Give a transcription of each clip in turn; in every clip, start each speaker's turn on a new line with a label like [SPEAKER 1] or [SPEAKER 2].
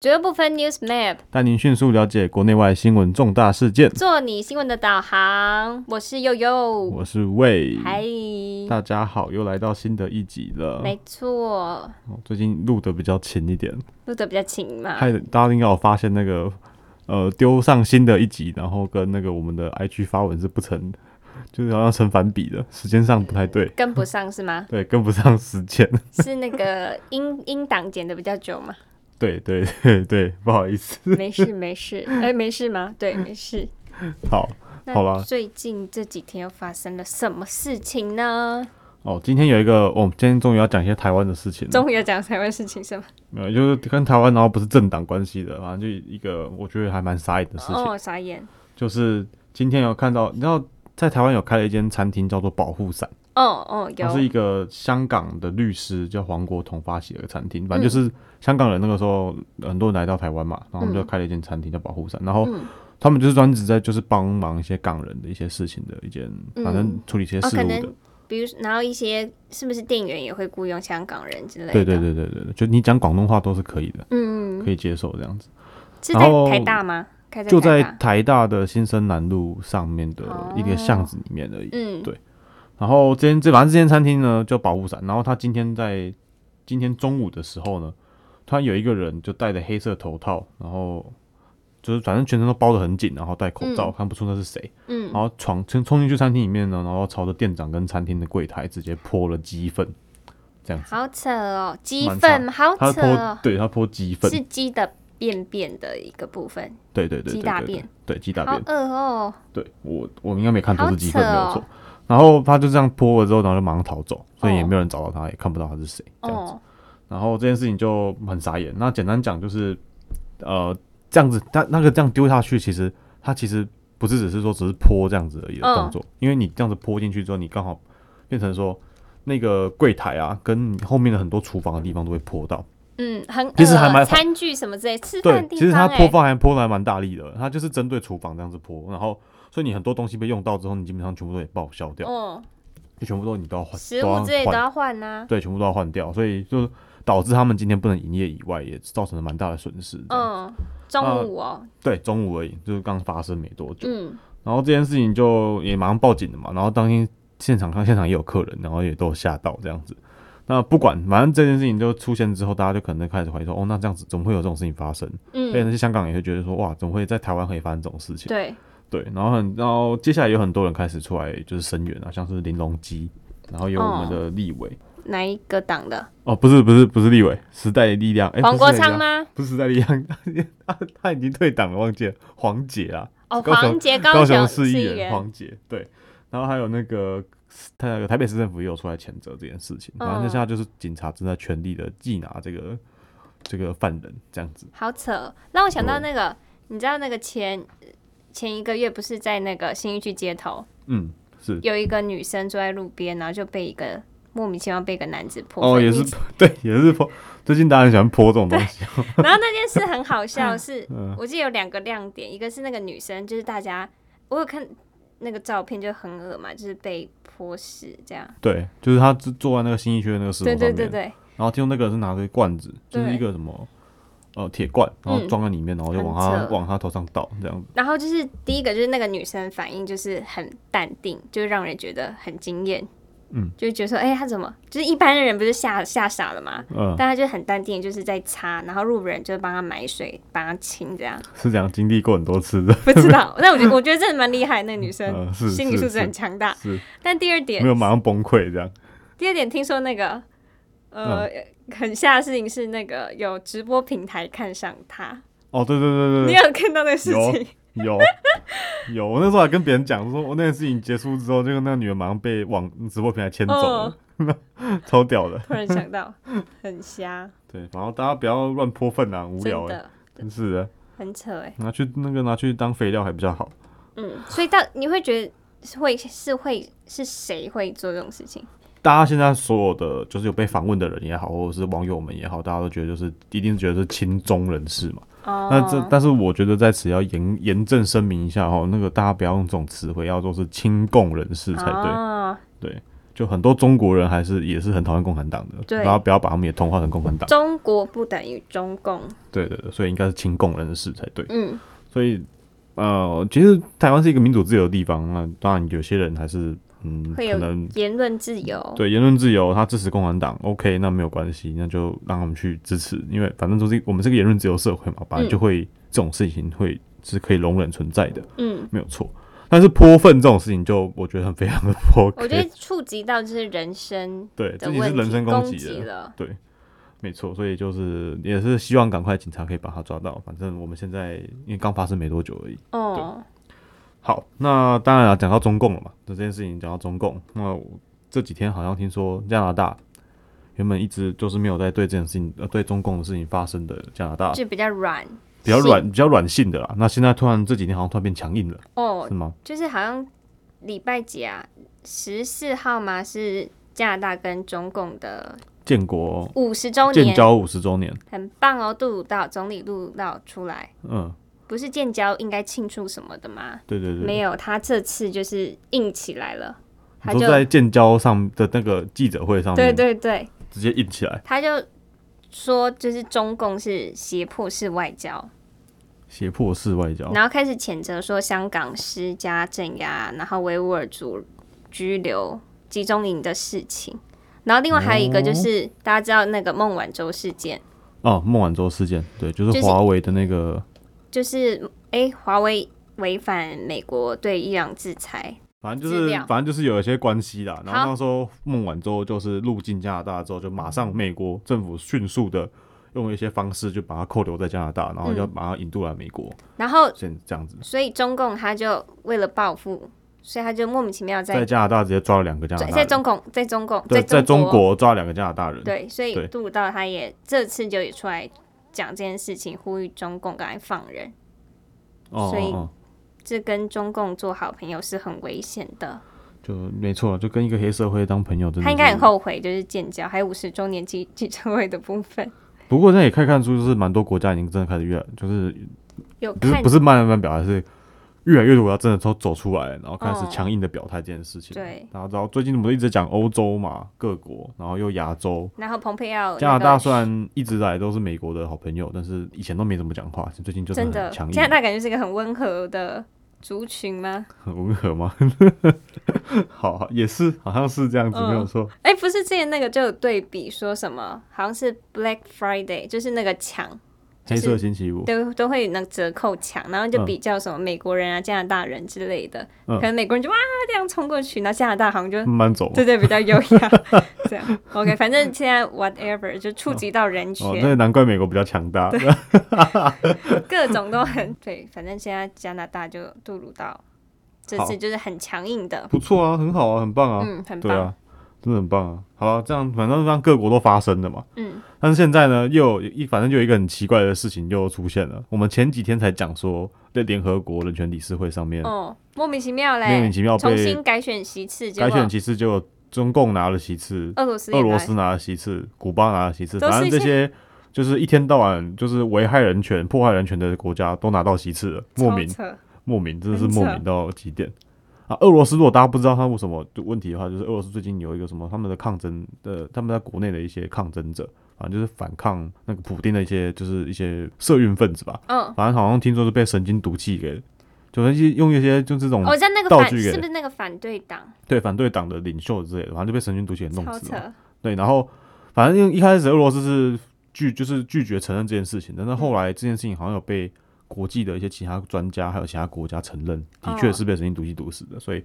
[SPEAKER 1] 绝不分 News Map，
[SPEAKER 2] 带您迅速了解国内外新闻重大事件。
[SPEAKER 1] 做你新闻的导航。我是悠悠，
[SPEAKER 2] 我是魏，
[SPEAKER 1] 嗯嗨，
[SPEAKER 2] 大家好，又来到新的一集了。
[SPEAKER 1] 没错，
[SPEAKER 2] 哦最近录的比较勤一点，
[SPEAKER 1] 录的比较勤嘛。
[SPEAKER 2] 害得大家应该有发现那个呃丢上新的一集，然后跟那个我们的 IG 发文是不成，就是好像成反比的，时间上不太对，？
[SPEAKER 1] 跟不上是吗
[SPEAKER 2] 对，跟不上时间。
[SPEAKER 1] 是那个音音档剪的比较久嘛？
[SPEAKER 2] 对对 对对，不好意思。
[SPEAKER 1] 没事没事，哎、没事吗？对，没事。
[SPEAKER 2] 好
[SPEAKER 1] 那
[SPEAKER 2] 好啦
[SPEAKER 1] 最近这几天又发生了什么事情呢？
[SPEAKER 2] 哦，今天有一个，我、们今天终于要讲一些台湾的事情了。
[SPEAKER 1] 终于要讲台湾事情是吗？
[SPEAKER 2] 没有，就是跟台湾然后不是政党关系的，反正就一个我觉得还蛮傻眼的事情，
[SPEAKER 1] 哦，傻眼。
[SPEAKER 2] 就是今天有看到，你知道在台湾有开了一间餐厅叫做保护伞，
[SPEAKER 1] 哦哦，
[SPEAKER 2] 它是
[SPEAKER 1] 有
[SPEAKER 2] 一个香港的律师叫黄国同发起的一个餐厅，
[SPEAKER 1] 嗯
[SPEAKER 2] 反正就是香港人那个时候很多人来到台湾嘛，然后他们就开了一间餐厅叫保护伞，
[SPEAKER 1] 嗯
[SPEAKER 2] 然后。他们就是专职在就是帮忙一些港人的一些事情的一件，
[SPEAKER 1] 嗯
[SPEAKER 2] 反正处理一些
[SPEAKER 1] 哦
[SPEAKER 2] 事务
[SPEAKER 1] 可
[SPEAKER 2] 的，
[SPEAKER 1] 能比如说，然后一些是不是店员也会雇佣香港人之类的？
[SPEAKER 2] 对对对对对对，就你讲广东话都是可以的，
[SPEAKER 1] 嗯，
[SPEAKER 2] 可以接受这样子。
[SPEAKER 1] 是
[SPEAKER 2] 然
[SPEAKER 1] 在
[SPEAKER 2] 后
[SPEAKER 1] 台大吗？开在
[SPEAKER 2] 就
[SPEAKER 1] 台
[SPEAKER 2] 在
[SPEAKER 1] 大。
[SPEAKER 2] 台大的新生南路上面的
[SPEAKER 1] 哦
[SPEAKER 2] 一个巷子里面而已。
[SPEAKER 1] 嗯，
[SPEAKER 2] 对然后今天这反正这间餐厅呢叫保护伞，然后他今天在今天中午的时候呢，他有一个人就戴着黑色头套，然后就是反正全身都包得很紧，然后戴口罩，
[SPEAKER 1] 嗯
[SPEAKER 2] 看不出那是谁。
[SPEAKER 1] 嗯，
[SPEAKER 2] 然后闯冲冲进去餐厅里面呢，然后朝着店长跟餐厅的柜台直接泼了鸡粪，这样子。
[SPEAKER 1] 好扯哦，鸡
[SPEAKER 2] 蛮
[SPEAKER 1] 粪好
[SPEAKER 2] 他
[SPEAKER 1] 扯哦
[SPEAKER 2] 泼，对他泼鸡粪，
[SPEAKER 1] 是鸡的便便的一个部分，
[SPEAKER 2] 对对对对
[SPEAKER 1] 鸡
[SPEAKER 2] 对
[SPEAKER 1] 大
[SPEAKER 2] 对
[SPEAKER 1] 便，
[SPEAKER 2] 对鸡大
[SPEAKER 1] 好
[SPEAKER 2] 便。
[SPEAKER 1] 恶哦，
[SPEAKER 2] 对我，我应该没看都是鸡粪
[SPEAKER 1] 好
[SPEAKER 2] 没
[SPEAKER 1] 扯哦
[SPEAKER 2] 有错。然后他就这样泼了之后，然后就马上逃走，所以也
[SPEAKER 1] 哦
[SPEAKER 2] 没有人找到他，也看不到他是谁这样子。
[SPEAKER 1] 哦，
[SPEAKER 2] 然后这件事情就很傻眼。那简单讲就是，呃，这样子，他那个这样丢下去，其实他其实不是只是说只是泼这样子而已的
[SPEAKER 1] 嗯
[SPEAKER 2] 动作，因为你这样子泼进去之后，你刚好变成说那个柜台啊，跟你后面的很多厨房的地方都会泼到。
[SPEAKER 1] 嗯，很
[SPEAKER 2] 其实
[SPEAKER 1] 恶
[SPEAKER 2] 还蛮
[SPEAKER 1] 餐具什么之类，吃饭
[SPEAKER 2] 对
[SPEAKER 1] 的，地
[SPEAKER 2] 其实他
[SPEAKER 1] 方
[SPEAKER 2] 泼
[SPEAKER 1] 哎，
[SPEAKER 2] 饭还泼的还蛮大力的，他就是针对厨房这样子泼，然后所以你很多东西被用到之后，你基本上全部都得报销掉。
[SPEAKER 1] 哦，
[SPEAKER 2] 就全部都你都要换，
[SPEAKER 1] 食
[SPEAKER 2] 哦都要
[SPEAKER 1] 物之类都
[SPEAKER 2] 换
[SPEAKER 1] 要换啊呐，
[SPEAKER 2] 对，全部都要换掉，所以就导致他们今天不能营业以外，也造成了蛮大的损失。嗯，
[SPEAKER 1] 嗯，中午哦，
[SPEAKER 2] 对，中午而已，就是刚发生没多久，
[SPEAKER 1] 嗯，
[SPEAKER 2] 然后这件事情就也马上报警了嘛，然后当天现场看现场也有客人，然后也都有吓到这样子。那不管，反正这件事情就出现之后，大家就可能开始怀疑说，哦，那这样子怎么会有这种事情发生？所以
[SPEAKER 1] 嗯，
[SPEAKER 2] 那些香港人也会觉得说，哇，怎么会在台湾可以发生这种事情？
[SPEAKER 1] 对，
[SPEAKER 2] 对，然后很，然后接下来有很多人开始出来就是声援啊，像是林隆基，然后有我们
[SPEAKER 1] 哦
[SPEAKER 2] 的立委，
[SPEAKER 1] 哪一个党的？
[SPEAKER 2] 哦，不是不是不是立委，时代力量，哎、
[SPEAKER 1] 黄
[SPEAKER 2] 不
[SPEAKER 1] 国
[SPEAKER 2] 是时代力
[SPEAKER 1] 昌
[SPEAKER 2] 量？
[SPEAKER 1] 吗？
[SPEAKER 2] 不是时代力量，他他已经退党了，忘记了黄杰啊，
[SPEAKER 1] 哦，
[SPEAKER 2] 高雄
[SPEAKER 1] 黄杰
[SPEAKER 2] 高
[SPEAKER 1] 雄
[SPEAKER 2] 市
[SPEAKER 1] 市
[SPEAKER 2] 议员黄杰，对，然后还有那个他那个台北市政府也有出来谴责这件事情，反正
[SPEAKER 1] 嗯
[SPEAKER 2] 现在就是警察正在全力的缉拿这个这个犯人这样子，
[SPEAKER 1] 好扯哦，让我想
[SPEAKER 2] 嗯
[SPEAKER 1] 到那个，你知道那个前前一个月不是在那个新一区街头，
[SPEAKER 2] 嗯，是，
[SPEAKER 1] 有一个女生坐在路边，然后就被一个莫名其妙被一个男子泼
[SPEAKER 2] 哦，
[SPEAKER 1] 粪
[SPEAKER 2] 也
[SPEAKER 1] 你
[SPEAKER 2] 是 对，也是泼，最近大家很喜欢泼这种东西，
[SPEAKER 1] 然后那件事很好 笑
[SPEAKER 2] 嗯
[SPEAKER 1] 是，我记得有两个亮点，一个是那个女生，就是大家我有看那个照片就很恶嘛，就是被泼屎这样。
[SPEAKER 2] 对，就是他坐坐在那个新一区的那个石头
[SPEAKER 1] 对
[SPEAKER 2] 上面，
[SPEAKER 1] 对对对，
[SPEAKER 2] 然后听说那个人是拿着罐子，就是
[SPEAKER 1] 对
[SPEAKER 2] 一个什么呃铁罐，然后
[SPEAKER 1] 嗯
[SPEAKER 2] 装在里面，然后就往
[SPEAKER 1] 很
[SPEAKER 2] 他
[SPEAKER 1] 扯
[SPEAKER 2] 往他头上倒这样子。
[SPEAKER 1] 然后就是第一个就是那个女生反应就是很淡定，就让人觉得很惊艳。
[SPEAKER 2] 嗯，
[SPEAKER 1] 就觉得说，哎、她怎么？就是一般的人不是吓吓傻了吗？
[SPEAKER 2] 嗯，
[SPEAKER 1] 但她就很淡定，就是在擦，然后路人就帮她买水，帮她清这样。
[SPEAKER 2] 是这样，经历过很多次的，
[SPEAKER 1] 不知 道，但我觉得我觉得真的蛮厉害，那个女生、
[SPEAKER 2] 嗯，是
[SPEAKER 1] 心理
[SPEAKER 2] 是
[SPEAKER 1] 素质
[SPEAKER 2] 是
[SPEAKER 1] 很强大。
[SPEAKER 2] 是
[SPEAKER 1] 但第二点
[SPEAKER 2] 没有马上崩溃这样。
[SPEAKER 1] 第二点，听说那个呃、
[SPEAKER 2] 嗯
[SPEAKER 1] 很吓的事情是那个有直播平台看上他，
[SPEAKER 2] 哦，对对对
[SPEAKER 1] 你
[SPEAKER 2] 对
[SPEAKER 1] 有看到那个事
[SPEAKER 2] 有
[SPEAKER 1] 情？
[SPEAKER 2] 对，有有，我那时候还跟别人讲说，我那件事情结束之后，就那个女人马上被网直播平台牵走了，
[SPEAKER 1] 嗯
[SPEAKER 2] 超屌的。
[SPEAKER 1] 突然想到，很瞎，
[SPEAKER 2] 对，然后大家不要乱泼粪啊，很无聊
[SPEAKER 1] 真
[SPEAKER 2] 哎，
[SPEAKER 1] 的
[SPEAKER 2] 真是的，
[SPEAKER 1] 很扯哎。
[SPEAKER 2] 拿去那个拿去当肥料还比较好。
[SPEAKER 1] 嗯，所以到你会觉得是会是会是谁会做这种事情？
[SPEAKER 2] 大家现在所有的就是有被访问的人也好，或者是网友们也好，大家都觉得就是一定觉得是亲中人士嘛。
[SPEAKER 1] 哦，
[SPEAKER 2] 那这但是我觉得在此要严严正声明一下哦，那个大家不要用这种词汇，要做是亲共人士才对。
[SPEAKER 1] 哦，
[SPEAKER 2] 对，就很多中国人还是也是很讨厌共产党的，
[SPEAKER 1] 对
[SPEAKER 2] 然后不要把他们也同化成共产党，
[SPEAKER 1] 中国不等于中共，
[SPEAKER 2] 对对对，所以应该是亲共人的事才对。
[SPEAKER 1] 嗯，
[SPEAKER 2] 所以呃，其实台湾是一个民主自由的地方，那当然有些人还是嗯，
[SPEAKER 1] 会
[SPEAKER 2] 可
[SPEAKER 1] 有
[SPEAKER 2] 能
[SPEAKER 1] 言论自由，
[SPEAKER 2] 对言论自由，他支持共产党，OK，那没有关系，那就让他们去支持，因为反正就是我们是个言论自由社会嘛，本来就会、这种事情会是可以容忍存在的，
[SPEAKER 1] 嗯，
[SPEAKER 2] 没有错。但是泼粪这种事情就，我觉得很非常的不 OK。
[SPEAKER 1] 我觉得触及到就是人身
[SPEAKER 2] 对，
[SPEAKER 1] 的
[SPEAKER 2] 这已经
[SPEAKER 1] 问
[SPEAKER 2] 是
[SPEAKER 1] 题，
[SPEAKER 2] 人身
[SPEAKER 1] 攻
[SPEAKER 2] 击
[SPEAKER 1] 击
[SPEAKER 2] 了，
[SPEAKER 1] 了，
[SPEAKER 2] 没错。所以就是也是希望赶快警察可以把他抓到。反正我们现在因为刚发生没多久而已。
[SPEAKER 1] 哦，
[SPEAKER 2] 好，那当然了，讲到中共了嘛，这件事情讲到中共，那我这几天好像听说加拿大原本一直就是没有在对这件事情呃对中共的事情发生的加拿大
[SPEAKER 1] 就比较软，
[SPEAKER 2] 比较
[SPEAKER 1] 性
[SPEAKER 2] 软比较软性的啦，那现在突然这几天好像突然变强硬了，
[SPEAKER 1] 哦
[SPEAKER 2] 是，吗？
[SPEAKER 1] 就是好像礼拜几啊，十四号嘛是加拿大跟中共的
[SPEAKER 2] 建国
[SPEAKER 1] 五十周
[SPEAKER 2] 建
[SPEAKER 1] 年，
[SPEAKER 2] 交五十周年，
[SPEAKER 1] 很棒哦，杜鲁道总理杜鲁道出来，
[SPEAKER 2] 嗯，
[SPEAKER 1] 不是建交应该庆祝什么的吗？
[SPEAKER 2] 对对对，
[SPEAKER 1] 没有，他这次就是硬起来了，他
[SPEAKER 2] 你
[SPEAKER 1] 就
[SPEAKER 2] 说在建交上的那个记者会上
[SPEAKER 1] 对
[SPEAKER 2] 面，
[SPEAKER 1] 对对，
[SPEAKER 2] 直接硬起来，
[SPEAKER 1] 他就说就是中共是胁迫式外交，
[SPEAKER 2] 胁迫式外交，
[SPEAKER 1] 然后开始谴责说香港施加镇压，然后维吾尔族拘留集中营的事情。然后另外还有一个就是、大家知道那个孟晚舟事件，
[SPEAKER 2] 哦，孟晚舟事件，对，就
[SPEAKER 1] 就是是
[SPEAKER 2] 华为的那个，
[SPEAKER 1] 就是诶，华为违反美国对伊朗制裁，
[SPEAKER 2] 反正就
[SPEAKER 1] 资
[SPEAKER 2] 是
[SPEAKER 1] 料
[SPEAKER 2] 反正就是有一些关系啦。然后
[SPEAKER 1] 好
[SPEAKER 2] 那时候孟晚舟就是入境加拿大之后，就马上美国政府迅速的用一些方式就把他扣留在加拿大，
[SPEAKER 1] 嗯
[SPEAKER 2] 然后要把他引渡来美国，
[SPEAKER 1] 然后
[SPEAKER 2] 现这样子，
[SPEAKER 1] 所以中共他就为了报复，所以他就莫名其妙
[SPEAKER 2] 在
[SPEAKER 1] 在
[SPEAKER 2] 加拿大直接抓了两个加拿
[SPEAKER 1] 在
[SPEAKER 2] 大
[SPEAKER 1] 在
[SPEAKER 2] 人，
[SPEAKER 1] 中共在中共
[SPEAKER 2] 对，在中
[SPEAKER 1] 国
[SPEAKER 2] 国抓了两个加拿大人，
[SPEAKER 1] 对，所
[SPEAKER 2] 对
[SPEAKER 1] 以杜鲁道他也这次就也出来讲这件事情，呼吁中共赶快放人，
[SPEAKER 2] 哦
[SPEAKER 1] 所以
[SPEAKER 2] 哦哦，
[SPEAKER 1] 这跟中共做好朋友是很危险的。
[SPEAKER 2] 就没错，哦就跟一个黑社会当朋友，真的
[SPEAKER 1] 他应该
[SPEAKER 2] 是
[SPEAKER 1] 很后悔，就是建交，还有五十周年记记者会的部分
[SPEAKER 2] 不过那也可以看出，就是蛮多国家已经真的开始越来，就是
[SPEAKER 1] 有
[SPEAKER 2] 不是
[SPEAKER 1] 看
[SPEAKER 2] 不是慢慢表达，是越来越多国家真的都走出来，然后开始
[SPEAKER 1] 哦
[SPEAKER 2] 强硬的表态这件事情。
[SPEAKER 1] 对
[SPEAKER 2] 然后到最近我们一直讲欧洲嘛，各国，然后又亚洲。
[SPEAKER 1] 然后蓬佩奥
[SPEAKER 2] 加拿大
[SPEAKER 1] 那个
[SPEAKER 2] 虽然一直来都是美国的好朋友，但是以前都没怎么讲话，最近就是
[SPEAKER 1] 真
[SPEAKER 2] 很
[SPEAKER 1] 的
[SPEAKER 2] 强硬
[SPEAKER 1] 加拿，大感觉是一个很温和的族群吗？
[SPEAKER 2] 很温和吗？ 好，也是，好像是这样子，
[SPEAKER 1] 嗯
[SPEAKER 2] 没有错。
[SPEAKER 1] 哎、不是之前那个就有对比说什么，好像是 Black Friday，就是那个抢 就
[SPEAKER 2] 黑
[SPEAKER 1] 是
[SPEAKER 2] 色星期五，
[SPEAKER 1] 都都会那个折扣抢，然后就
[SPEAKER 2] 嗯
[SPEAKER 1] 比较什么美国人啊、加拿大人之类的，
[SPEAKER 2] 嗯
[SPEAKER 1] 可能美国人就哇这样冲过去，然后加拿大好像就
[SPEAKER 2] 慢慢走嘛。
[SPEAKER 1] 对对比较优 雅，这样 OK，反正现在 whatever 就触及到人
[SPEAKER 2] 哦，
[SPEAKER 1] 权，
[SPEAKER 2] 那难怪美国比较强大。
[SPEAKER 1] 各种都很 对，反正现在加拿大就杜鲁道这次就是很强硬的，
[SPEAKER 2] 不错啊，很好啊，很棒啊。
[SPEAKER 1] 嗯，很
[SPEAKER 2] 对
[SPEAKER 1] 棒，
[SPEAKER 2] 啊，真的很棒啊！好啊，这样反正让各国都发生了嘛。
[SPEAKER 1] 嗯，
[SPEAKER 2] 但是现在呢，又有一反正就有一个很奇怪的事情又出现了。我们前几天才讲说，在联合国人权理事会上面，
[SPEAKER 1] 哦，莫名其妙
[SPEAKER 2] 莫名
[SPEAKER 1] 嘞，
[SPEAKER 2] 其妙
[SPEAKER 1] 重
[SPEAKER 2] 被
[SPEAKER 1] 新改选席次，结
[SPEAKER 2] 改选
[SPEAKER 1] 果
[SPEAKER 2] 其次就中共拿了其次，
[SPEAKER 1] 俄罗斯
[SPEAKER 2] 俄
[SPEAKER 1] 也
[SPEAKER 2] 罗
[SPEAKER 1] 来
[SPEAKER 2] 斯拿了其次，古巴拿了其次，
[SPEAKER 1] 都是
[SPEAKER 2] 反正这
[SPEAKER 1] 一
[SPEAKER 2] 些。就是一天到晚就是危害人权、迫害人权的国家都拿到其次了，莫
[SPEAKER 1] 超
[SPEAKER 2] 名
[SPEAKER 1] 扯
[SPEAKER 2] 莫名，真的是
[SPEAKER 1] 很
[SPEAKER 2] 莫
[SPEAKER 1] 扯
[SPEAKER 2] 名到极点啊！俄罗斯如果大家不知道他为什么的问题的话，就是俄罗斯最近有一个什么他们的抗争的，他们在国内的一些抗争者，反正就是反抗那个普丁的一些就是一些社运分子吧，
[SPEAKER 1] 嗯，
[SPEAKER 2] 反正好像听说是被神经毒气给，就是一些用一些就这种、
[SPEAKER 1] 哦我在那个
[SPEAKER 2] 道
[SPEAKER 1] 反
[SPEAKER 2] 具给
[SPEAKER 1] 是不是那个反对党
[SPEAKER 2] 对反对党的领袖之类的，反正就被神经毒气给弄
[SPEAKER 1] 超
[SPEAKER 2] 死了。
[SPEAKER 1] 扯，
[SPEAKER 2] 对，然后反正因为一开始俄罗斯是拒就是拒绝承认这件事情，但是
[SPEAKER 1] 嗯
[SPEAKER 2] 后来这件事情好像有被国际的一些其他专家还有其他国家承认，的确
[SPEAKER 1] 哦
[SPEAKER 2] 是被神经毒气毒死的，所以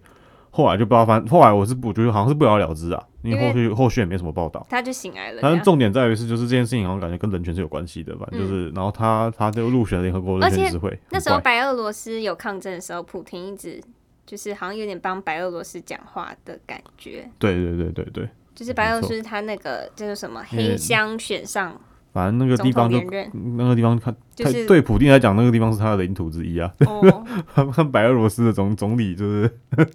[SPEAKER 2] 后来就不知道，反正后来我是我觉得好像是不了了之啊，因为
[SPEAKER 1] 因为啊
[SPEAKER 2] 后续后续也没什么报道。
[SPEAKER 1] 他就醒来了这
[SPEAKER 2] 但是
[SPEAKER 1] 样，
[SPEAKER 2] 重点在于是，就是这件事情好像感觉跟人权是有关系的，反正就是，然后他他就入选了联合国人
[SPEAKER 1] 嗯而
[SPEAKER 2] 权理
[SPEAKER 1] 且
[SPEAKER 2] 事会，
[SPEAKER 1] 那
[SPEAKER 2] 很
[SPEAKER 1] 时候
[SPEAKER 2] 怪
[SPEAKER 1] 白俄罗斯有抗争的时候，普廷一直就是好像有点帮白俄罗斯讲话的感觉，
[SPEAKER 2] 对对对对对，
[SPEAKER 1] 就是白俄罗斯他那个就是什么
[SPEAKER 2] 因为
[SPEAKER 1] 黑箱选上
[SPEAKER 2] 反正那个
[SPEAKER 1] 总
[SPEAKER 2] 地
[SPEAKER 1] 统
[SPEAKER 2] 方就
[SPEAKER 1] 连任，
[SPEAKER 2] 那个地方，他
[SPEAKER 1] 就
[SPEAKER 2] 他
[SPEAKER 1] 是
[SPEAKER 2] 对普丁来讲，那个地方是他的领土之一啊。
[SPEAKER 1] 哦，
[SPEAKER 2] 他们白俄罗斯的总总理就是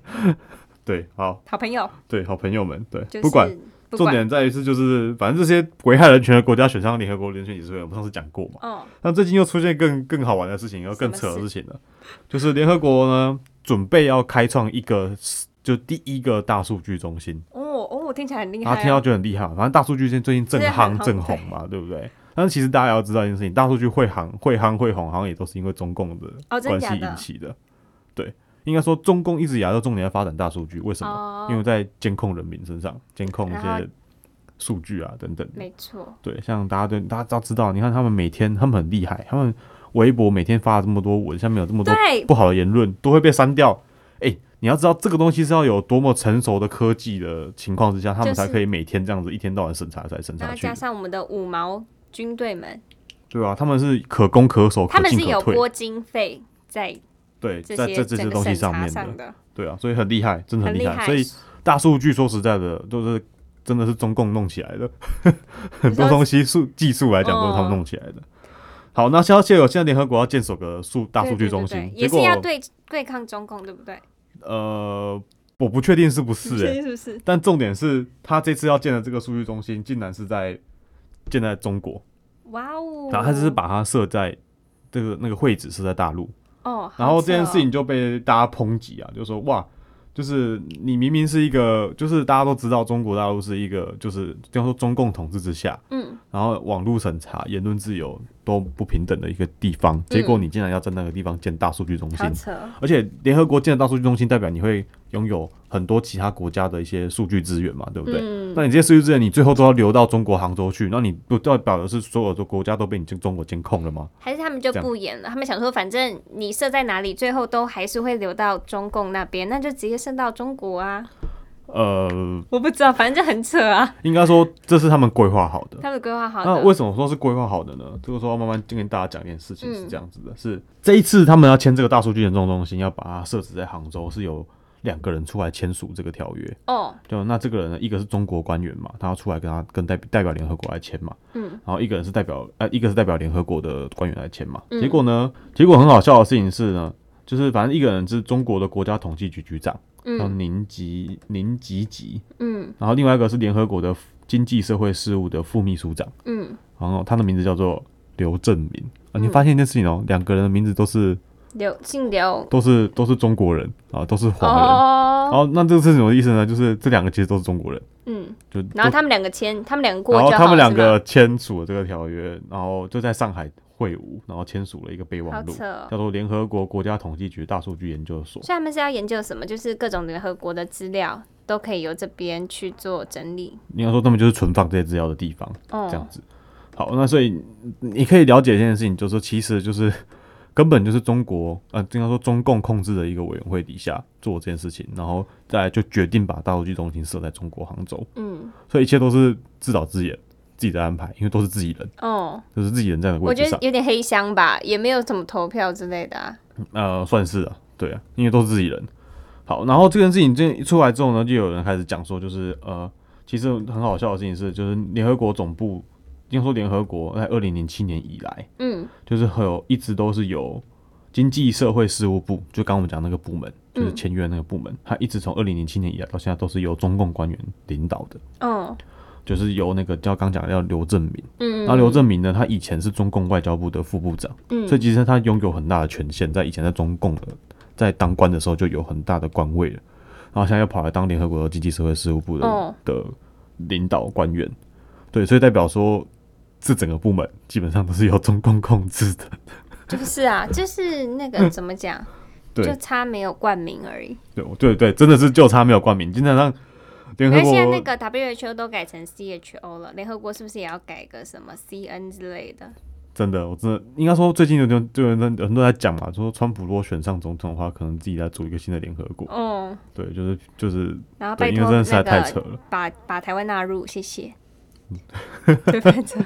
[SPEAKER 2] 对，好
[SPEAKER 1] 好朋友，
[SPEAKER 2] 对好朋友们，对，
[SPEAKER 1] 就是
[SPEAKER 2] 不管
[SPEAKER 1] 不
[SPEAKER 2] 重
[SPEAKER 1] 管
[SPEAKER 2] 点在于是就是，反正这些危害人权的国家选上联合国人权理事会，我们上次讲过嘛。
[SPEAKER 1] 哦，
[SPEAKER 2] 那最近又出现更更好玩的事情，又更
[SPEAKER 1] 什
[SPEAKER 2] 扯
[SPEAKER 1] 么
[SPEAKER 2] 的
[SPEAKER 1] 事
[SPEAKER 2] 事情了，就是联合国呢准备要开创一个就第一个大数据中心，
[SPEAKER 1] 哦哦，我听起来很厉害、
[SPEAKER 2] 然
[SPEAKER 1] 啊。
[SPEAKER 2] 后听到就很厉害。反正大数据现在最近 正
[SPEAKER 1] 现在很
[SPEAKER 2] 夯
[SPEAKER 1] 夯
[SPEAKER 2] 正红嘛，对不对？但是其实大家要知道一件事情，大数据会行会夯会红，好像也都是因为中共的
[SPEAKER 1] 哦真的
[SPEAKER 2] 关系
[SPEAKER 1] 假的
[SPEAKER 2] 引起的。对，应该说中共一直以来都重点在发展大数据，为什么？
[SPEAKER 1] 哦，
[SPEAKER 2] 因为在监控人民身上，监控一
[SPEAKER 1] 然后
[SPEAKER 2] 些数据啊等等的。
[SPEAKER 1] 没错，
[SPEAKER 2] 对，像大家对大家都知道，你看他们每天他们很厉害，他们微博每天发了这么多文，下面有这么多
[SPEAKER 1] 对
[SPEAKER 2] 不好的言论都会被删掉。哎、你要知道这个东西是要有多么成熟的科技的情况之下，他们
[SPEAKER 1] 就是
[SPEAKER 2] 才可以每天这样子一天到晚审查才审
[SPEAKER 1] 然
[SPEAKER 2] 查
[SPEAKER 1] 后
[SPEAKER 2] 去
[SPEAKER 1] 加，上我们的五毛军队们，
[SPEAKER 2] 对啊，他们是可攻可守，
[SPEAKER 1] 他
[SPEAKER 2] 可
[SPEAKER 1] 们
[SPEAKER 2] 进
[SPEAKER 1] 是
[SPEAKER 2] 可
[SPEAKER 1] 有
[SPEAKER 2] 退，
[SPEAKER 1] 拨经费在
[SPEAKER 2] 对，
[SPEAKER 1] 这
[SPEAKER 2] 在
[SPEAKER 1] 些
[SPEAKER 2] 在这些
[SPEAKER 1] 整
[SPEAKER 2] 东
[SPEAKER 1] 个
[SPEAKER 2] 西
[SPEAKER 1] 审
[SPEAKER 2] 上
[SPEAKER 1] 查
[SPEAKER 2] 面
[SPEAKER 1] 上
[SPEAKER 2] 的，
[SPEAKER 1] 的，
[SPEAKER 2] 对啊，所以很厉害，真的很
[SPEAKER 1] 很
[SPEAKER 2] 厉
[SPEAKER 1] 害。
[SPEAKER 2] 所以大数据说实在的，都是真的是中共弄起来的，很多东西数技术来讲都是他们弄起来的。好，那消息有现在联合国要建首个数大数据中心，
[SPEAKER 1] 对对对对也
[SPEAKER 2] 结果
[SPEAKER 1] 是要对对抗中共，对不对？
[SPEAKER 2] 呃，我不确定是不是、欸，
[SPEAKER 1] 是不是？
[SPEAKER 2] 但重点是他这次要建的这个数据中心，竟然是在建在中国，
[SPEAKER 1] 哇哦！
[SPEAKER 2] 然后他只是把它设在这个那个会址设在大陆，
[SPEAKER 1] 哦，
[SPEAKER 2] 然后
[SPEAKER 1] 好
[SPEAKER 2] 这件
[SPEAKER 1] 扯哦
[SPEAKER 2] 事情就被大家抨击啊，就说哇，就是你明明是一个，就是大家都知道中国大陆是一个，就是这样说中共统治之下，
[SPEAKER 1] 嗯，
[SPEAKER 2] 然后网络审查、言论自由都不平等的一个地
[SPEAKER 1] 嗯
[SPEAKER 2] 方，结果你竟然要在那个地方建大数据中心，
[SPEAKER 1] 好扯，哦
[SPEAKER 2] 而且联合国建的大数据中心代表你会拥有很多其他国家的一些数据资源嘛，对不对？
[SPEAKER 1] 嗯，
[SPEAKER 2] 那你这些数据资源，你最后都要流到中国杭州去，那你不代表的是所有的国家都被你中中国监控了吗？
[SPEAKER 1] 还是他们就
[SPEAKER 2] 这样
[SPEAKER 1] 不演了，他们想说，反正你设在哪里，最后都还是会流到中共那边，那就直接渗到中国啊！
[SPEAKER 2] 呃，
[SPEAKER 1] 我不知道，反正就很扯 啊。
[SPEAKER 2] 应该说这是他们规划好的。
[SPEAKER 1] 他们规划好
[SPEAKER 2] 那
[SPEAKER 1] 的，
[SPEAKER 2] 为什么说是规划好的呢？这个时候要慢慢跟大家讲一件事情
[SPEAKER 1] 嗯
[SPEAKER 2] 是这样子的，是这一次他们要签这个大数据研究中心，要把它设置在杭州，是有两个人出来签署这个条约。
[SPEAKER 1] 哦，
[SPEAKER 2] 就那这个人呢，一个是中国官员嘛，他要出来跟他跟代代表联合国来签嘛，
[SPEAKER 1] 嗯，
[SPEAKER 2] 然后一个人是代表呃，一个是代表联合国的官员来签嘛。
[SPEAKER 1] 嗯
[SPEAKER 2] 结果呢，结果很好笑的事情是呢，就是反正一个人是中国的国家统计局局长，叫
[SPEAKER 1] 嗯
[SPEAKER 2] 宁吉宁吉吉，
[SPEAKER 1] 嗯
[SPEAKER 2] 然后另外一个是联合国的经济社会事务的副秘书长。
[SPEAKER 1] 嗯，
[SPEAKER 2] 然后他的名字叫做刘正明啊。你发现一件事情哦，两个人的名字都是
[SPEAKER 1] 流姓流
[SPEAKER 2] 都是都是中国人啊，都是黄人。然
[SPEAKER 1] 哦，
[SPEAKER 2] 后那这个是什么意思呢？就是这两个其实都是中国人，
[SPEAKER 1] 嗯，
[SPEAKER 2] 就
[SPEAKER 1] 然后
[SPEAKER 2] 都
[SPEAKER 1] 他们两个签，他们两个过
[SPEAKER 2] 然后
[SPEAKER 1] 就
[SPEAKER 2] 哦他
[SPEAKER 1] 好
[SPEAKER 2] 们两
[SPEAKER 1] 是吗
[SPEAKER 2] 个签署了这个条约，然后就在上海会晤，然后签署了一个备
[SPEAKER 1] 好
[SPEAKER 2] 忘录，
[SPEAKER 1] 扯哦。
[SPEAKER 2] 叫做联合国国家统计局大数据研究所。
[SPEAKER 1] 所以他们是要研究什么？就是各种联合国的资料都可以由这边去做整理。
[SPEAKER 2] 你要说他们就是存放这些资料的地方。这样
[SPEAKER 1] 哦，
[SPEAKER 2] 子。好，那所以你可以了解一件事情，就是说其实就是根本就是中国，呃，应该说中共控制的一个委员会底下做这件事情，然后再来就决定把大数据中心设在中国杭州，
[SPEAKER 1] 嗯，
[SPEAKER 2] 所以一切都是自导自演、自己的安排，因为都是自己人，
[SPEAKER 1] 哦，
[SPEAKER 2] 就是自己人站在
[SPEAKER 1] 我
[SPEAKER 2] 位置
[SPEAKER 1] 觉得
[SPEAKER 2] 上，
[SPEAKER 1] 有点黑箱吧，也没有什么投票之类的啊。
[SPEAKER 2] 呃，算是啊，对啊，因为都是自己人。好，然后这件事情这一出来之后呢，就有人开始讲说，就是呃，其实很好笑的事情是，就是联合国总部，应该说联合国在二零零七年以来。
[SPEAKER 1] 嗯
[SPEAKER 2] 就是很有一直都是由经济社会事务部，就刚刚我们讲那个部门，就是签约那个部门，它一直从二零零七年以来到现在都是由中共官员领导的，
[SPEAKER 1] 哦，
[SPEAKER 2] 就是由那个叫刚讲的叫刘正明，
[SPEAKER 1] 嗯，
[SPEAKER 2] 然后刘正明呢，他以前是中共外交部的副部长，
[SPEAKER 1] 嗯
[SPEAKER 2] 所以其实他拥有很大的权限，在以前在中共的在当官的时候就有很大的官位了，然后现在又跑来当联合国经济社会事务部的、
[SPEAKER 1] 哦
[SPEAKER 2] 的领导官员，对，所以代表说这整个部门基本上都是由中共控制的。
[SPEAKER 1] 就是啊，就是那个怎么讲，
[SPEAKER 2] 嗯对
[SPEAKER 1] 就差没有冠名而已。
[SPEAKER 2] 对，我对对，真的是就差没有冠名，基本上联合
[SPEAKER 1] 那现在
[SPEAKER 2] 国
[SPEAKER 1] 那个 WHO 都改成 CHO 了，联合国是不是也要改个什么 CN 之类的？
[SPEAKER 2] 真的，我真的应该说最近有就就有人很多人在讲嘛，说川普如果选上总统的话，可能自己来组一个新的联合国。
[SPEAKER 1] 哦，
[SPEAKER 2] 对，就是就是
[SPEAKER 1] 然后啊拜
[SPEAKER 2] 对，因为
[SPEAKER 1] 托
[SPEAKER 2] 真的实
[SPEAKER 1] 那
[SPEAKER 2] 在太扯
[SPEAKER 1] 个
[SPEAKER 2] 了。
[SPEAKER 1] 把把台湾纳入，谢 谢。就变成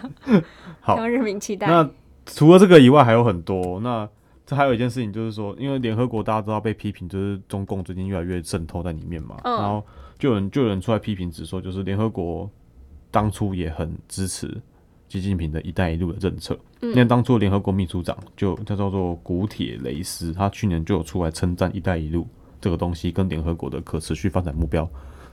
[SPEAKER 2] 好
[SPEAKER 1] 台湾人民期待。
[SPEAKER 2] 那除了这个以外，还有很多。那这还有一件事情，就是说，因为联合国大家知道被批评，就是中共最近越来越渗透在里面嘛，
[SPEAKER 1] 嗯
[SPEAKER 2] 然后就有人就有人出来批评，指说就是联合国当初也很支持习近平的一带一路的政策。
[SPEAKER 1] 嗯
[SPEAKER 2] 因为当初联合国秘书长就他叫做古铁雷斯，他去年就有出来称赞“一带一路”这个东西跟联合国的可持续发展目标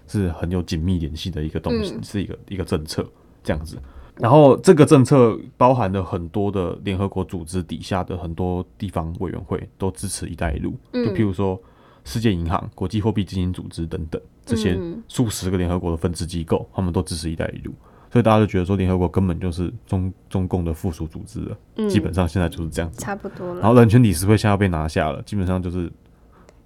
[SPEAKER 2] 是很有紧密联系的一个东西，
[SPEAKER 1] 嗯
[SPEAKER 2] 是一个一个政策这样子。然后这个政策包含了很多的联
[SPEAKER 1] 嗯
[SPEAKER 2] 合国组织底下的很多地方委员会都支持“一带一路”，就譬如说世界银行、国际货币基金组织等等这些
[SPEAKER 1] 嗯
[SPEAKER 2] 数十个联合国的分支机构，他们都支持“一带一路”，所以大家就觉得说联合国根本就是中中共的附属组织了，
[SPEAKER 1] 嗯，
[SPEAKER 2] 基本上现在就是这样子。
[SPEAKER 1] 差不多
[SPEAKER 2] 然
[SPEAKER 1] 了，
[SPEAKER 2] 后人权理事会现在被拿下了，基本上就是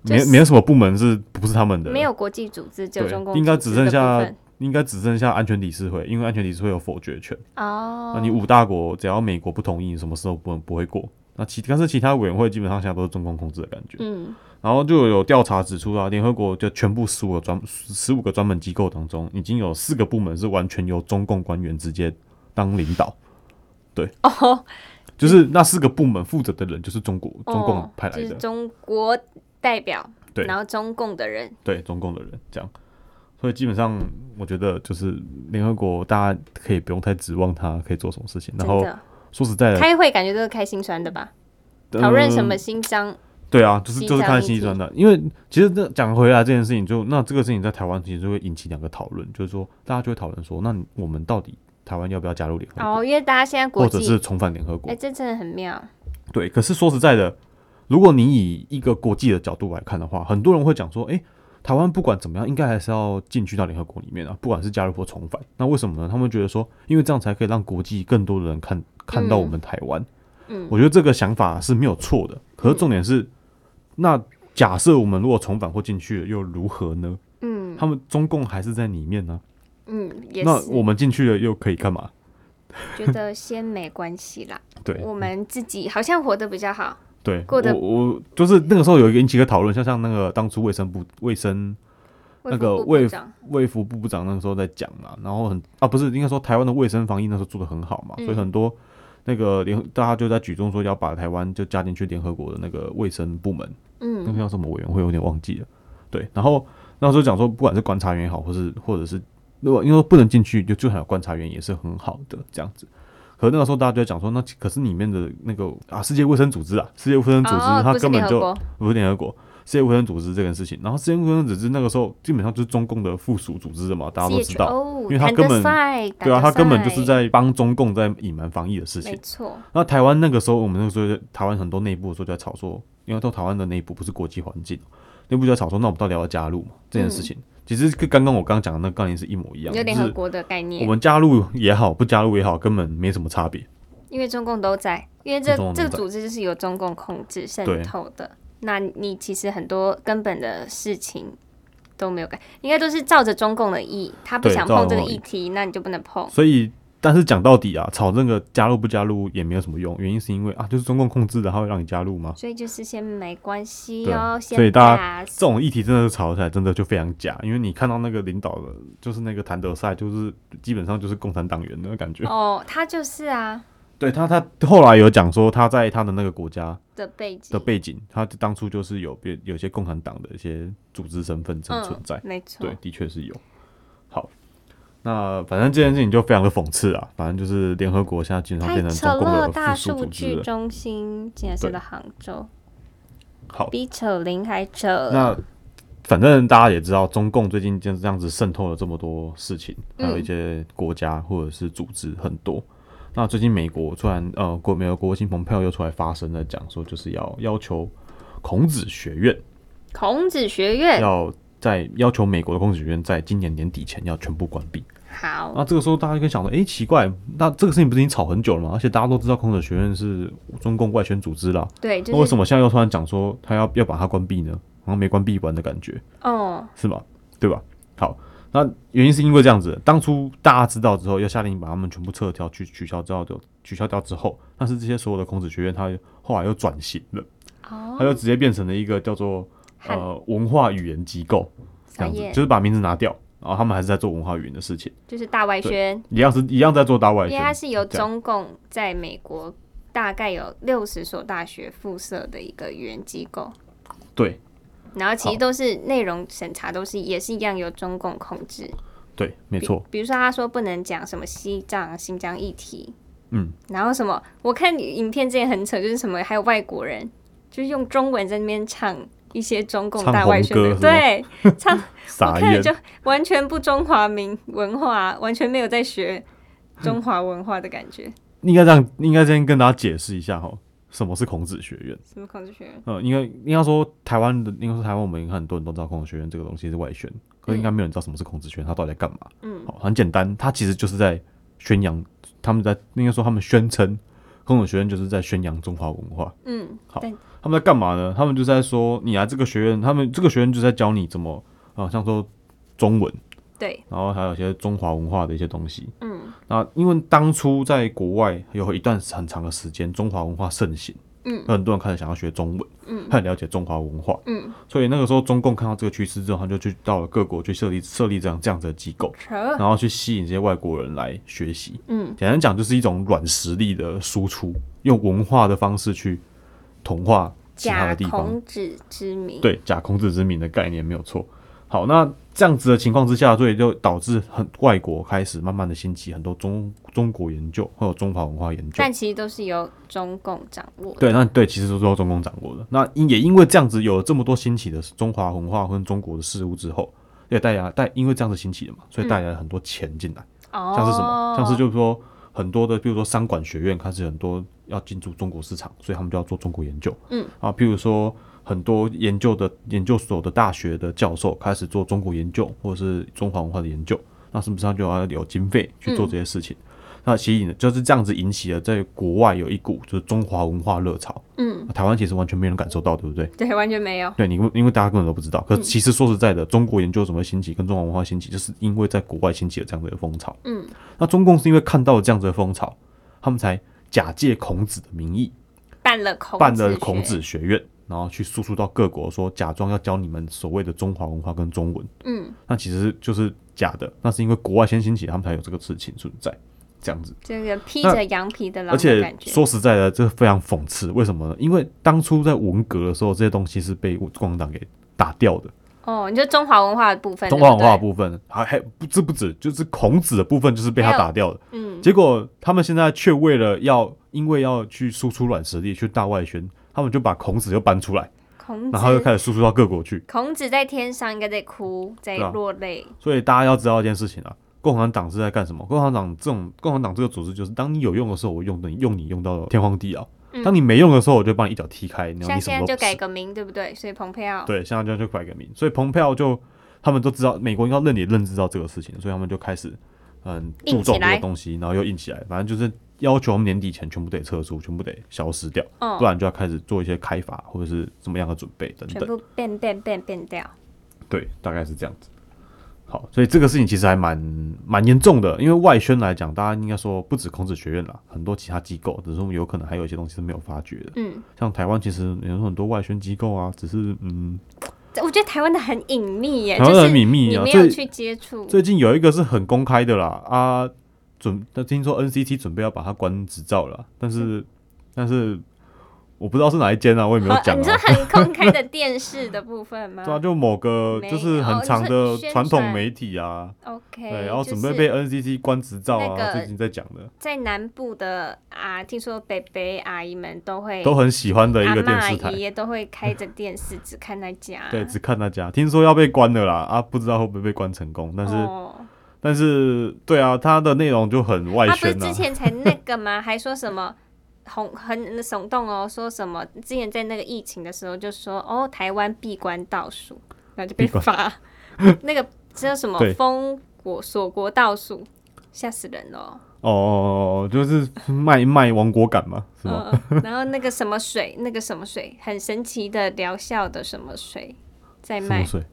[SPEAKER 2] 没、
[SPEAKER 1] 就是
[SPEAKER 2] 没有什么部门是不是他们的，
[SPEAKER 1] 没有国际组织，只有
[SPEAKER 2] 对
[SPEAKER 1] 中共
[SPEAKER 2] 应该
[SPEAKER 1] 组织
[SPEAKER 2] 只
[SPEAKER 1] 的
[SPEAKER 2] 剩下
[SPEAKER 1] 部分
[SPEAKER 2] 应该只剩下安全理事会，因为安全理事会有否决权。
[SPEAKER 1] 哦
[SPEAKER 2] 那，你五大国只要美国不同意，你什么事都不能不会过。那其但是其他委员会基本上现在都是中共控制的感觉。
[SPEAKER 1] 嗯
[SPEAKER 2] 然后就有调查指出啊，联合国就全部十五个专十五个专门机构当中，已经有四个部门是完全由中共官员直接当领导。对，
[SPEAKER 1] 哦，
[SPEAKER 2] 就是那四个部门负责的人就是中国中共
[SPEAKER 1] 哦
[SPEAKER 2] 派来
[SPEAKER 1] 就
[SPEAKER 2] 的
[SPEAKER 1] 是，中国代表，
[SPEAKER 2] 对
[SPEAKER 1] 然后中共的人，
[SPEAKER 2] 对中共的人这样。所以基本上，我觉得就是联合国，大家可以不用太指望他可以做什么事情。然
[SPEAKER 1] 真
[SPEAKER 2] 后
[SPEAKER 1] 的
[SPEAKER 2] 说实在的，
[SPEAKER 1] 开会感觉都是开心酸的吧？讨论什
[SPEAKER 2] 嗯
[SPEAKER 1] 么新章？
[SPEAKER 2] 对啊，就是
[SPEAKER 1] 西
[SPEAKER 2] 就是
[SPEAKER 1] 藏
[SPEAKER 2] 看
[SPEAKER 1] 议
[SPEAKER 2] 新一
[SPEAKER 1] 题
[SPEAKER 2] 专的，因为其实这讲回来这件事情就，那这个事情在台湾其实就会引起两个讨论，就是说大家就会讨论说，那你我们到底台湾要不要加入联合国，
[SPEAKER 1] 哦，因为大家现在国
[SPEAKER 2] 或者是
[SPEAKER 1] 际，
[SPEAKER 2] 重返联合国？
[SPEAKER 1] 哎，这真的很妙，
[SPEAKER 2] 对，可是说实在的，如果你以一个国际的角度来看的话，很多人会讲说，诶，台湾不管怎么样，应该还是要进去到联合国里面啊，不管是加入或重返。那为什么呢？他们觉得说，因为这样才可以让国际更多的人看看到我们台湾。
[SPEAKER 1] 嗯
[SPEAKER 2] 我觉得这个想法是没有错的。可是重点是，那假设我们如果重返或进去了，又如何呢？
[SPEAKER 1] 嗯
[SPEAKER 2] 他们中共还是在里面呢、
[SPEAKER 1] 嗯，也
[SPEAKER 2] 那我
[SPEAKER 1] 是，
[SPEAKER 2] 们进去了又可以干嘛？
[SPEAKER 1] 觉得先没关系啦，
[SPEAKER 2] 对，
[SPEAKER 1] 我们自己好像活得比较好，
[SPEAKER 2] 对，
[SPEAKER 1] 过得
[SPEAKER 2] 我我就是那个时候有一个引起一个讨论，像像那个当初卫生部卫生那个
[SPEAKER 1] 卫福部
[SPEAKER 2] 卫
[SPEAKER 1] 部长
[SPEAKER 2] 卫福部部长那个时候在讲嘛，然后很啊不是应该说台湾的卫生防疫那时候做的很好嘛，
[SPEAKER 1] 嗯
[SPEAKER 2] 所以很多那个联大家就在举重说要把台湾就加进去联合国的那个卫生部门，那
[SPEAKER 1] 嗯
[SPEAKER 2] 个叫什么委员会，有点忘记了。对，然后那时候讲说，不管是观察员也好，或是或者是如果因为不能进去，就就算有观察员也是很好的这样子。可那个时候大家就在讲说，那可是里面的那个啊，世界卫生组织啊，世界卫生组织、
[SPEAKER 1] 哦，
[SPEAKER 2] 它
[SPEAKER 1] 不是
[SPEAKER 2] 根本
[SPEAKER 1] 联合
[SPEAKER 2] 就
[SPEAKER 1] 国，
[SPEAKER 2] 不是联合国，世界卫生组织这件事情。然后世界卫生组织那个时候基本上就是中共的附属组织的嘛，大家都知道。
[SPEAKER 1] CHO，
[SPEAKER 2] 因为它
[SPEAKER 1] 谭
[SPEAKER 2] 根
[SPEAKER 1] 德
[SPEAKER 2] 本
[SPEAKER 1] 赛
[SPEAKER 2] 对啊，
[SPEAKER 1] 谭
[SPEAKER 2] 他
[SPEAKER 1] 德
[SPEAKER 2] 根本就是
[SPEAKER 1] 赛
[SPEAKER 2] 在帮中共在隐瞒防疫的事情
[SPEAKER 1] 没。错，
[SPEAKER 2] 那台湾那个时候，我们那个时候在台湾很多内部的时候就在吵说，因为到台湾的内部不是国际环境，内部就在吵说，那我们到底要不要加入嘛这件事情，其实跟刚刚我刚刚讲的那个概念是一模一样，
[SPEAKER 1] 嗯有联合
[SPEAKER 2] 就是
[SPEAKER 1] 国的概
[SPEAKER 2] 我
[SPEAKER 1] 念，
[SPEAKER 2] 们加入也好，不加入也好，根本没什么差别。
[SPEAKER 1] 因为中共都在，因为这
[SPEAKER 2] 中共都
[SPEAKER 1] 这个
[SPEAKER 2] 在
[SPEAKER 1] 组织就是由中共控制渗
[SPEAKER 2] 对
[SPEAKER 1] 透的。那你其实很多根本的事情都没有改，应该都是照着中共的意，他不
[SPEAKER 2] 对
[SPEAKER 1] 想
[SPEAKER 2] 照
[SPEAKER 1] 碰这个
[SPEAKER 2] 着中共的
[SPEAKER 1] 议题，那你就不能碰。
[SPEAKER 2] 所以，但是讲到底啊，吵那个加入不加入也没有什么用，原因是因为啊，就是中共控制的，他会让你加入吗？
[SPEAKER 1] 所以就是先没关系
[SPEAKER 2] 对
[SPEAKER 1] 哦，
[SPEAKER 2] 啊
[SPEAKER 1] 先
[SPEAKER 2] 所以大
[SPEAKER 1] 家
[SPEAKER 2] 这种议题真的是吵起来真的就非常假，因为你看到那个领导的，就是那个谭德赛，就是基本上就是共产党员的感觉。
[SPEAKER 1] 哦，他就是啊
[SPEAKER 2] 对他，他后来有讲说他在他的那个国家
[SPEAKER 1] 的背景
[SPEAKER 2] 的背景，他当初就是有别有些共产党的一些组织身份证存在，
[SPEAKER 1] 嗯、没错
[SPEAKER 2] 对，，的确是有。好，那反正这件事情就非常的讽刺啊，反正就是联合国现在经常
[SPEAKER 1] 太
[SPEAKER 2] 变成
[SPEAKER 1] 扯
[SPEAKER 2] 中共
[SPEAKER 1] 了！
[SPEAKER 2] 的
[SPEAKER 1] 大
[SPEAKER 2] 附属
[SPEAKER 1] 数
[SPEAKER 2] 组织
[SPEAKER 1] 据
[SPEAKER 2] 了。
[SPEAKER 1] 中心竟然是
[SPEAKER 2] 对
[SPEAKER 1] 在杭州，
[SPEAKER 2] 好，
[SPEAKER 1] 比扯铃还扯。
[SPEAKER 2] 那反正大家也知道，中共最近就是这样子渗透了这么多事情，还有一些国家或者是组织很多。那最近美国突然呃，国美国国务卿蓬佩奥又出来发声了，讲说就是要要求孔子学院
[SPEAKER 1] 孔子学院
[SPEAKER 2] 要在要求美国的孔子学院在今年年底前要全部关闭。
[SPEAKER 1] 好，
[SPEAKER 2] 那这个时候大家就跟想说，诶，奇怪，那这个事情不是已经吵很久了吗？而且大家都知道孔子学院是中共外宣组织啦，
[SPEAKER 1] 对，
[SPEAKER 2] 那为
[SPEAKER 1] 就是
[SPEAKER 2] 什么现在又突然讲说他要要把它关闭呢？然后没关闭完的感觉。
[SPEAKER 1] 哦，
[SPEAKER 2] 是吧？对吧？好，那原因是因为这样子，当初大家知道之后，要下令把他们全部撤掉、去取消之后，就取消掉之后，但是这些所有的孔子学院，它后来又转型了，
[SPEAKER 1] 哦，
[SPEAKER 2] 它就直接变成了一个叫做
[SPEAKER 1] 汉
[SPEAKER 2] 呃文化语言机构这
[SPEAKER 1] 小
[SPEAKER 2] 样子
[SPEAKER 1] 叶，
[SPEAKER 2] 就是把名字拿掉，然后他们还是在做文化语言的事情，
[SPEAKER 1] 就是大外宣，
[SPEAKER 2] 一样是一样在做大外
[SPEAKER 1] 因为它
[SPEAKER 2] 宣，
[SPEAKER 1] 是由
[SPEAKER 2] 这样
[SPEAKER 1] 中共在美国大概有六十所大学附设的一个语言机构，
[SPEAKER 2] 对
[SPEAKER 1] 然后其实
[SPEAKER 2] 好
[SPEAKER 1] 都是内容审查都是也是一样由中共控制，
[SPEAKER 2] 对，没
[SPEAKER 1] 比
[SPEAKER 2] 错，
[SPEAKER 1] 比如说他说不能讲什么西藏、新疆议题，
[SPEAKER 2] 嗯，
[SPEAKER 1] 然后什么，我看影片之前很扯，就是什么还有外国人就是用中文在那边唱。一些中共
[SPEAKER 2] 唱
[SPEAKER 1] 大外
[SPEAKER 2] 红
[SPEAKER 1] 宣的，
[SPEAKER 2] 歌是吗
[SPEAKER 1] 对，唱 我
[SPEAKER 2] 傻
[SPEAKER 1] 看了
[SPEAKER 2] 眼，
[SPEAKER 1] 就完全不中华民文化，完全没有在学中华文化的感觉。
[SPEAKER 2] 应该这样，应该先跟大家解释一下哈。什么是孔子学院。
[SPEAKER 1] 什么孔子学院？
[SPEAKER 2] 呃，应该应该说台湾的，应该说台湾我们应该很多人都知道孔子学院这个东西是外宣，可是应该没有人知道什么是孔子学院，它到底在干嘛。
[SPEAKER 1] 嗯，
[SPEAKER 2] 好，很简单，它其实就是在宣扬，他们在应该说他们宣称孔子学院就是在宣扬中华文化。
[SPEAKER 1] 嗯，
[SPEAKER 2] 好
[SPEAKER 1] 对，
[SPEAKER 2] 他们在干嘛呢？他们就在说，你来这个学院，他们这个学院就在教你怎么啊，像说中文，
[SPEAKER 1] 对，
[SPEAKER 2] 然后还有一些中华文化的一些东西。
[SPEAKER 1] 嗯
[SPEAKER 2] 那因为当初在国外有一段很长的时间，中华文化盛行，
[SPEAKER 1] 嗯，
[SPEAKER 2] 很多人开始想要学中文，
[SPEAKER 1] 嗯，
[SPEAKER 2] 很了解中华文化，
[SPEAKER 1] 嗯，
[SPEAKER 2] 所以那个时候中共看到这个趋势之后，他就去到了各国去设立设立这样这样子的机构，
[SPEAKER 1] 扯，
[SPEAKER 2] 然后去吸引这些外国人来学习。
[SPEAKER 1] 嗯
[SPEAKER 2] 简单讲，就是一种软实力的输出，用文化的方式去同化其他
[SPEAKER 1] 假
[SPEAKER 2] 的地方。
[SPEAKER 1] 孔子之名，，
[SPEAKER 2] 对，假孔子之名的概念没有错。好，那这样子的情况之下，所以就导致很外国开始慢慢的兴起很多中中国研究或者中华文化研究。
[SPEAKER 1] 但其实都是由中共掌握的，
[SPEAKER 2] 对，那对，其实都是由中共掌握的。那因也因为这样子，有了这么多兴起的中华文化跟中国的事物之后，也带来带因为这样子兴起的嘛，所以带来了很多钱进来，
[SPEAKER 1] 哦，
[SPEAKER 2] 像是什么，像是就是说很多的，比如说商管学院开始很多要进驻中国市场，所以他们就要做中国研究。
[SPEAKER 1] 嗯，
[SPEAKER 2] 啊，譬如说很多研究的研究所的大学的教授开始做中国研究或者是中华文化的研究，那是不是他就要有经费去做这些事情？
[SPEAKER 1] 嗯
[SPEAKER 2] 那吸引就是这样子引起了在国外有一股就是中华文化热潮，
[SPEAKER 1] 嗯，
[SPEAKER 2] 台湾其实完全没人感受到，对不对？
[SPEAKER 1] 对，完全没有，
[SPEAKER 2] 对，你因为大家根本都不知
[SPEAKER 1] 嗯
[SPEAKER 2] 道。可是其实说实在的，中国研究怎么兴起，跟中华文化兴起，就是因为在国外兴起了这样的一个风潮。
[SPEAKER 1] 嗯，
[SPEAKER 2] 那中共是因为看到了这样子的风潮，他们才假借孔子的名义
[SPEAKER 1] 办了孔
[SPEAKER 2] 办了孔
[SPEAKER 1] 学，
[SPEAKER 2] 子学院，然后去输出到各国，说假装要教你们所谓的中华文化跟中文，
[SPEAKER 1] 嗯，
[SPEAKER 2] 那其实就是假的。那是因为国外先兴起，他们才有这个事情存在，这样子。
[SPEAKER 1] 这个披
[SPEAKER 2] 那
[SPEAKER 1] 着羊皮的狼
[SPEAKER 2] 而
[SPEAKER 1] 的
[SPEAKER 2] 且
[SPEAKER 1] 感觉，
[SPEAKER 2] 说实在的，这非常讽刺。为什么呢？因为当初在文革的时候，这些东西是被共产党给打掉的。
[SPEAKER 1] 哦，你就中华文化的部分，
[SPEAKER 2] 中华文化
[SPEAKER 1] 对
[SPEAKER 2] 的
[SPEAKER 1] 不对，
[SPEAKER 2] 部分，还还不这不止，就是孔子的部分就是被他
[SPEAKER 1] 还有
[SPEAKER 2] 打掉的。
[SPEAKER 1] 嗯，
[SPEAKER 2] 结果他们现在却为了要，因为要去输出软实力，去大外宣，他们就把孔子又搬出来，
[SPEAKER 1] 孔
[SPEAKER 2] 然后又
[SPEAKER 1] 子，
[SPEAKER 2] 开始输出到各国去。
[SPEAKER 1] 孔子在天上应该在哭，在
[SPEAKER 2] 对啊
[SPEAKER 1] 落泪，
[SPEAKER 2] 所以大家要知道一件事情啊，共产党是在干什么？共产党这种共产党这个组织就是，当你有用的时候，我用的用你用到天荒地老；
[SPEAKER 1] 嗯
[SPEAKER 2] 当你没用的时候，我就把你一脚踢开，然后
[SPEAKER 1] 像
[SPEAKER 2] 你什
[SPEAKER 1] 现
[SPEAKER 2] 么
[SPEAKER 1] 在
[SPEAKER 2] 都
[SPEAKER 1] 就
[SPEAKER 2] 不
[SPEAKER 1] 改
[SPEAKER 2] 是。
[SPEAKER 1] 个名，对不对？所以蓬佩奥，
[SPEAKER 2] 对，像这样就改个名。所以蓬佩奥就他们都知道，美国应该认也认知到这个事情，所以他们就开始嗯
[SPEAKER 1] 硬
[SPEAKER 2] 注
[SPEAKER 1] 起
[SPEAKER 2] 重这
[SPEAKER 1] 来
[SPEAKER 2] 个东西，然后又硬起来，反正就是要求我们年底前全部得撤出，全部得消失掉，
[SPEAKER 1] 嗯
[SPEAKER 2] 不然就要开始做一些开发或者是怎么样的准备等
[SPEAKER 1] 全
[SPEAKER 2] 等。
[SPEAKER 1] 部变变变变掉。
[SPEAKER 2] 对，大概是这样子。好，所以这个事情其实还蛮蛮严重的，因为外宣来讲，大家应该说不止孔子学院啦，很多其他机构，只是我们有可能还有一些东西是没有发觉的。
[SPEAKER 1] 嗯，
[SPEAKER 2] 像台湾其实有很多外宣机构啊，只是嗯，
[SPEAKER 1] 这我觉得台湾的很隐秘耶，
[SPEAKER 2] 台湾的很隐秘啊
[SPEAKER 1] 就是你没
[SPEAKER 2] 所
[SPEAKER 1] 有
[SPEAKER 2] 以
[SPEAKER 1] 去接触。
[SPEAKER 2] 最近有一个是很公开的啦啊，准听说 NCT 准备要把它关执照了，但是但是我不知道是哪一间啊，我也没有
[SPEAKER 1] 好
[SPEAKER 2] 讲
[SPEAKER 1] 你说
[SPEAKER 2] 啊。
[SPEAKER 1] 很公开的电视的部分吗
[SPEAKER 2] 对啊，就某个
[SPEAKER 1] 没
[SPEAKER 2] 就是
[SPEAKER 1] 有哦
[SPEAKER 2] 很
[SPEAKER 1] 你
[SPEAKER 2] 长
[SPEAKER 1] 说
[SPEAKER 2] 的
[SPEAKER 1] 宣
[SPEAKER 2] 传统
[SPEAKER 1] 传
[SPEAKER 2] 媒体啊，
[SPEAKER 1] ？OK，
[SPEAKER 2] 对，然后准
[SPEAKER 1] 就
[SPEAKER 2] 备
[SPEAKER 1] 是
[SPEAKER 2] 被 NCT 关执照
[SPEAKER 1] 那个
[SPEAKER 2] 啊，最近在讲的。
[SPEAKER 1] 在南部的啊，听说北北阿姨们都会
[SPEAKER 2] 都很喜欢的一
[SPEAKER 1] 阿
[SPEAKER 2] 个
[SPEAKER 1] 嬷
[SPEAKER 2] 电视
[SPEAKER 1] 阿
[SPEAKER 2] 台
[SPEAKER 1] 姨，也啊都会开着电视，只看那家。
[SPEAKER 2] 对，只看那家，听说要被关的啦，啊，不知道会不会被关成功，但是、
[SPEAKER 1] 哦，
[SPEAKER 2] 但是对啊，它的内容就很外
[SPEAKER 1] 他不是
[SPEAKER 2] 宣
[SPEAKER 1] 之
[SPEAKER 2] 呐、啊，
[SPEAKER 1] 前才那个吗？还说什么？很很耸动哦，说什么之前在那个疫情的时候就说哦，台湾闭关倒数，然后就被
[SPEAKER 2] 闭关
[SPEAKER 1] 罚那个叫什么
[SPEAKER 2] 对
[SPEAKER 1] 封国锁国倒数，吓死人了哦。
[SPEAKER 2] 哦哦哦，就是卖卖亡国感嘛，是吗？
[SPEAKER 1] 嗯，然后那个什么水，那个什么水，很神奇的疗效的什么水在
[SPEAKER 2] 什么
[SPEAKER 1] 卖，
[SPEAKER 2] 水？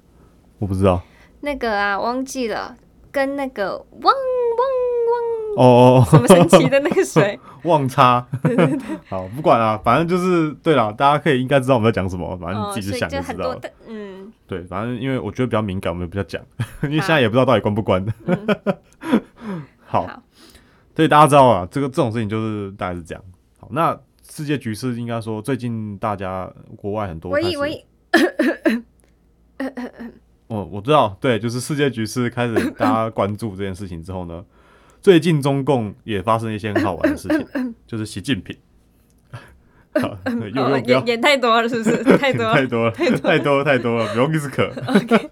[SPEAKER 2] 我不知道。
[SPEAKER 1] 那个啊忘记了，跟那个汪汪
[SPEAKER 2] 哦哦
[SPEAKER 1] 汪什么神奇的那个水，
[SPEAKER 2] 哦， 忘 差。 好，不管啦、反正就是对啦，大家可以应该知道我们在讲什么， 反正你
[SPEAKER 1] 哦，
[SPEAKER 2] 自己
[SPEAKER 1] 所
[SPEAKER 2] 去
[SPEAKER 1] 以
[SPEAKER 2] 想
[SPEAKER 1] 就
[SPEAKER 2] 知
[SPEAKER 1] 很
[SPEAKER 2] 道
[SPEAKER 1] 多
[SPEAKER 2] 了。
[SPEAKER 1] 的嗯，
[SPEAKER 2] 对，反正因为我觉得比较敏感，我们就不要讲， 因为
[SPEAKER 1] 好
[SPEAKER 2] 现在也不知道到底关不关。 好，
[SPEAKER 1] 好，
[SPEAKER 2] 所以大家知道啊，这个这种事情就是大概是这样。好，那世界局势应该说最近大家国外很多
[SPEAKER 1] 我
[SPEAKER 2] 开
[SPEAKER 1] 以
[SPEAKER 2] 始，我
[SPEAKER 1] 为
[SPEAKER 2] 我知道，对，就是世界局势开始大家关注这件事情之后 呢，最近中共也发生了一些很好玩的 事情，就是习近平，好，对又
[SPEAKER 1] 哦
[SPEAKER 2] 又不要
[SPEAKER 1] 也也太多了，是不是？ 太多
[SPEAKER 2] 太
[SPEAKER 1] 了，
[SPEAKER 2] 多了，太多了，太多了，不用一直咳。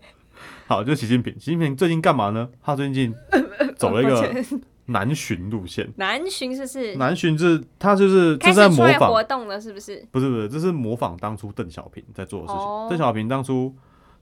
[SPEAKER 2] 好，就是习近平，习近平最近干嘛呢？他最近 走了 一
[SPEAKER 1] 抱
[SPEAKER 2] 个
[SPEAKER 1] 歉
[SPEAKER 2] 南巡路线。
[SPEAKER 1] 南巡就是
[SPEAKER 2] 南巡是他就是
[SPEAKER 1] 开
[SPEAKER 2] 这
[SPEAKER 1] 始
[SPEAKER 2] 在
[SPEAKER 1] 出
[SPEAKER 2] 模
[SPEAKER 1] 来
[SPEAKER 2] 仿
[SPEAKER 1] 活，动了，是不是？
[SPEAKER 2] 不是不是，这是模仿当初邓小平在做的事情。
[SPEAKER 1] 哦
[SPEAKER 2] 邓小平当初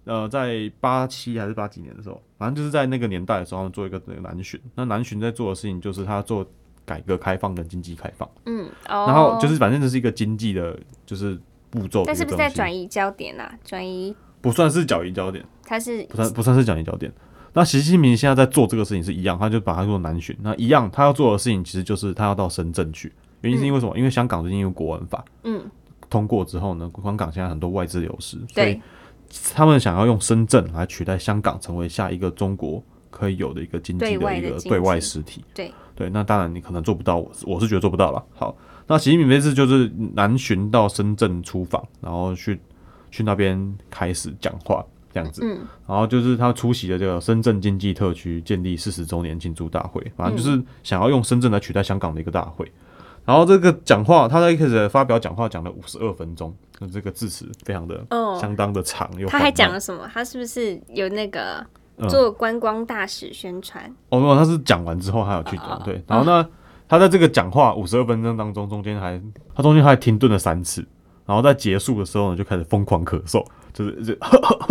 [SPEAKER 2] 呃在八七还是八几年的时候，反正就是在那个年代的时候，他们做一个那个南巡。那南巡在做的事情就是他做改革开放跟经济开放，
[SPEAKER 1] 嗯，哦。
[SPEAKER 2] 然后就是，反正这是一个经济的，就是步骤的
[SPEAKER 1] 但
[SPEAKER 2] 一
[SPEAKER 1] 是
[SPEAKER 2] 个东
[SPEAKER 1] 不
[SPEAKER 2] 西。
[SPEAKER 1] 是在转移焦点啊？转移
[SPEAKER 2] 不算是转移焦点，
[SPEAKER 1] 它是
[SPEAKER 2] 不算不算是转移焦点。那习近平现在在做这个事情是一样，他就把它做南巡。那一样，他要做的事情其实就是他要到深圳去，原因是因为什么？因为香港最近有国安法
[SPEAKER 1] 嗯，
[SPEAKER 2] 通过之后呢，香港现在很多外资流失，所以
[SPEAKER 1] 对，
[SPEAKER 2] 他们想要用深圳来取代香港，成为下一个中国可以有的一个经济
[SPEAKER 1] 对外
[SPEAKER 2] 的一
[SPEAKER 1] 的
[SPEAKER 2] 个
[SPEAKER 1] 经济
[SPEAKER 2] 对外实体。
[SPEAKER 1] 对
[SPEAKER 2] 对，那当然你可能做不到，我是我是觉得做不到了。好，那习近平这次就是南巡到深圳出访，然后去去那边开始讲话这样子。
[SPEAKER 1] 嗯，
[SPEAKER 2] 然后就是他出席的这个深圳经济特区建立四十周年庆祝大会，
[SPEAKER 1] 嗯
[SPEAKER 2] 反正就是想要用深圳来取代香港的一个大会。然后这个讲话，他在一开始发表讲话讲了五十二分钟，那这个致辞非常的、
[SPEAKER 1] 哦
[SPEAKER 2] 相当的长，又
[SPEAKER 1] 他还
[SPEAKER 2] 缓
[SPEAKER 1] 讲
[SPEAKER 2] 慢
[SPEAKER 1] 了什么？他是不是有那个
[SPEAKER 2] 嗯
[SPEAKER 1] 做观光大使宣传？
[SPEAKER 2] 哦，没有，他是讲完之后还有去讲、
[SPEAKER 1] 哦哦哦
[SPEAKER 2] 对，然后呢，他在这个讲话五十二分钟当中，中间还他中间还停顿了三次，然后在结束的时候呢，就开始疯狂咳嗽，就是 就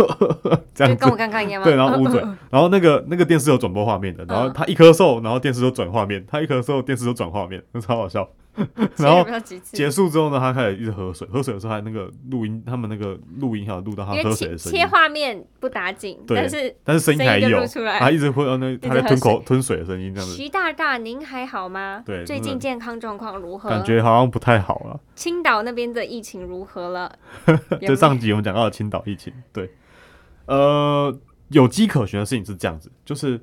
[SPEAKER 1] 就
[SPEAKER 2] 这样子
[SPEAKER 1] 跟我，刚刚一样吗？
[SPEAKER 2] 嗯
[SPEAKER 1] 啊
[SPEAKER 2] 对，然后捂嘴，然后那个那个电视有转播画面的，然
[SPEAKER 1] 嗯
[SPEAKER 2] 后他一咳嗽，然后电视就转画面，他一咳嗽，电视就转画面，那超好笑。然后
[SPEAKER 1] 所以有没有几次
[SPEAKER 2] 结束之后呢，他开始一直喝水，喝水的时候还那个录音，他们那个录音还有录到他
[SPEAKER 1] 因
[SPEAKER 2] 喝
[SPEAKER 1] 为
[SPEAKER 2] 水
[SPEAKER 1] 切
[SPEAKER 2] 的声音
[SPEAKER 1] 切，画面不打紧，
[SPEAKER 2] 对
[SPEAKER 1] 但是
[SPEAKER 2] 但是声音还
[SPEAKER 1] 声音就
[SPEAKER 2] 有
[SPEAKER 1] 录出，来
[SPEAKER 2] 他一直会有那他在
[SPEAKER 1] 一直喝水
[SPEAKER 2] 吞口吞水的声音这样子，
[SPEAKER 1] 徐大大您还好吗？
[SPEAKER 2] 对
[SPEAKER 1] 最
[SPEAKER 2] 真
[SPEAKER 1] 近
[SPEAKER 2] 的
[SPEAKER 1] 健康状况如何？
[SPEAKER 2] 感觉好像不太好了。
[SPEAKER 1] 青岛那边的疫情如何 了？有没
[SPEAKER 2] 就
[SPEAKER 1] 有
[SPEAKER 2] 上集我们讲到的青岛疫情，对，呃，有迹可循的事情是这样子，就是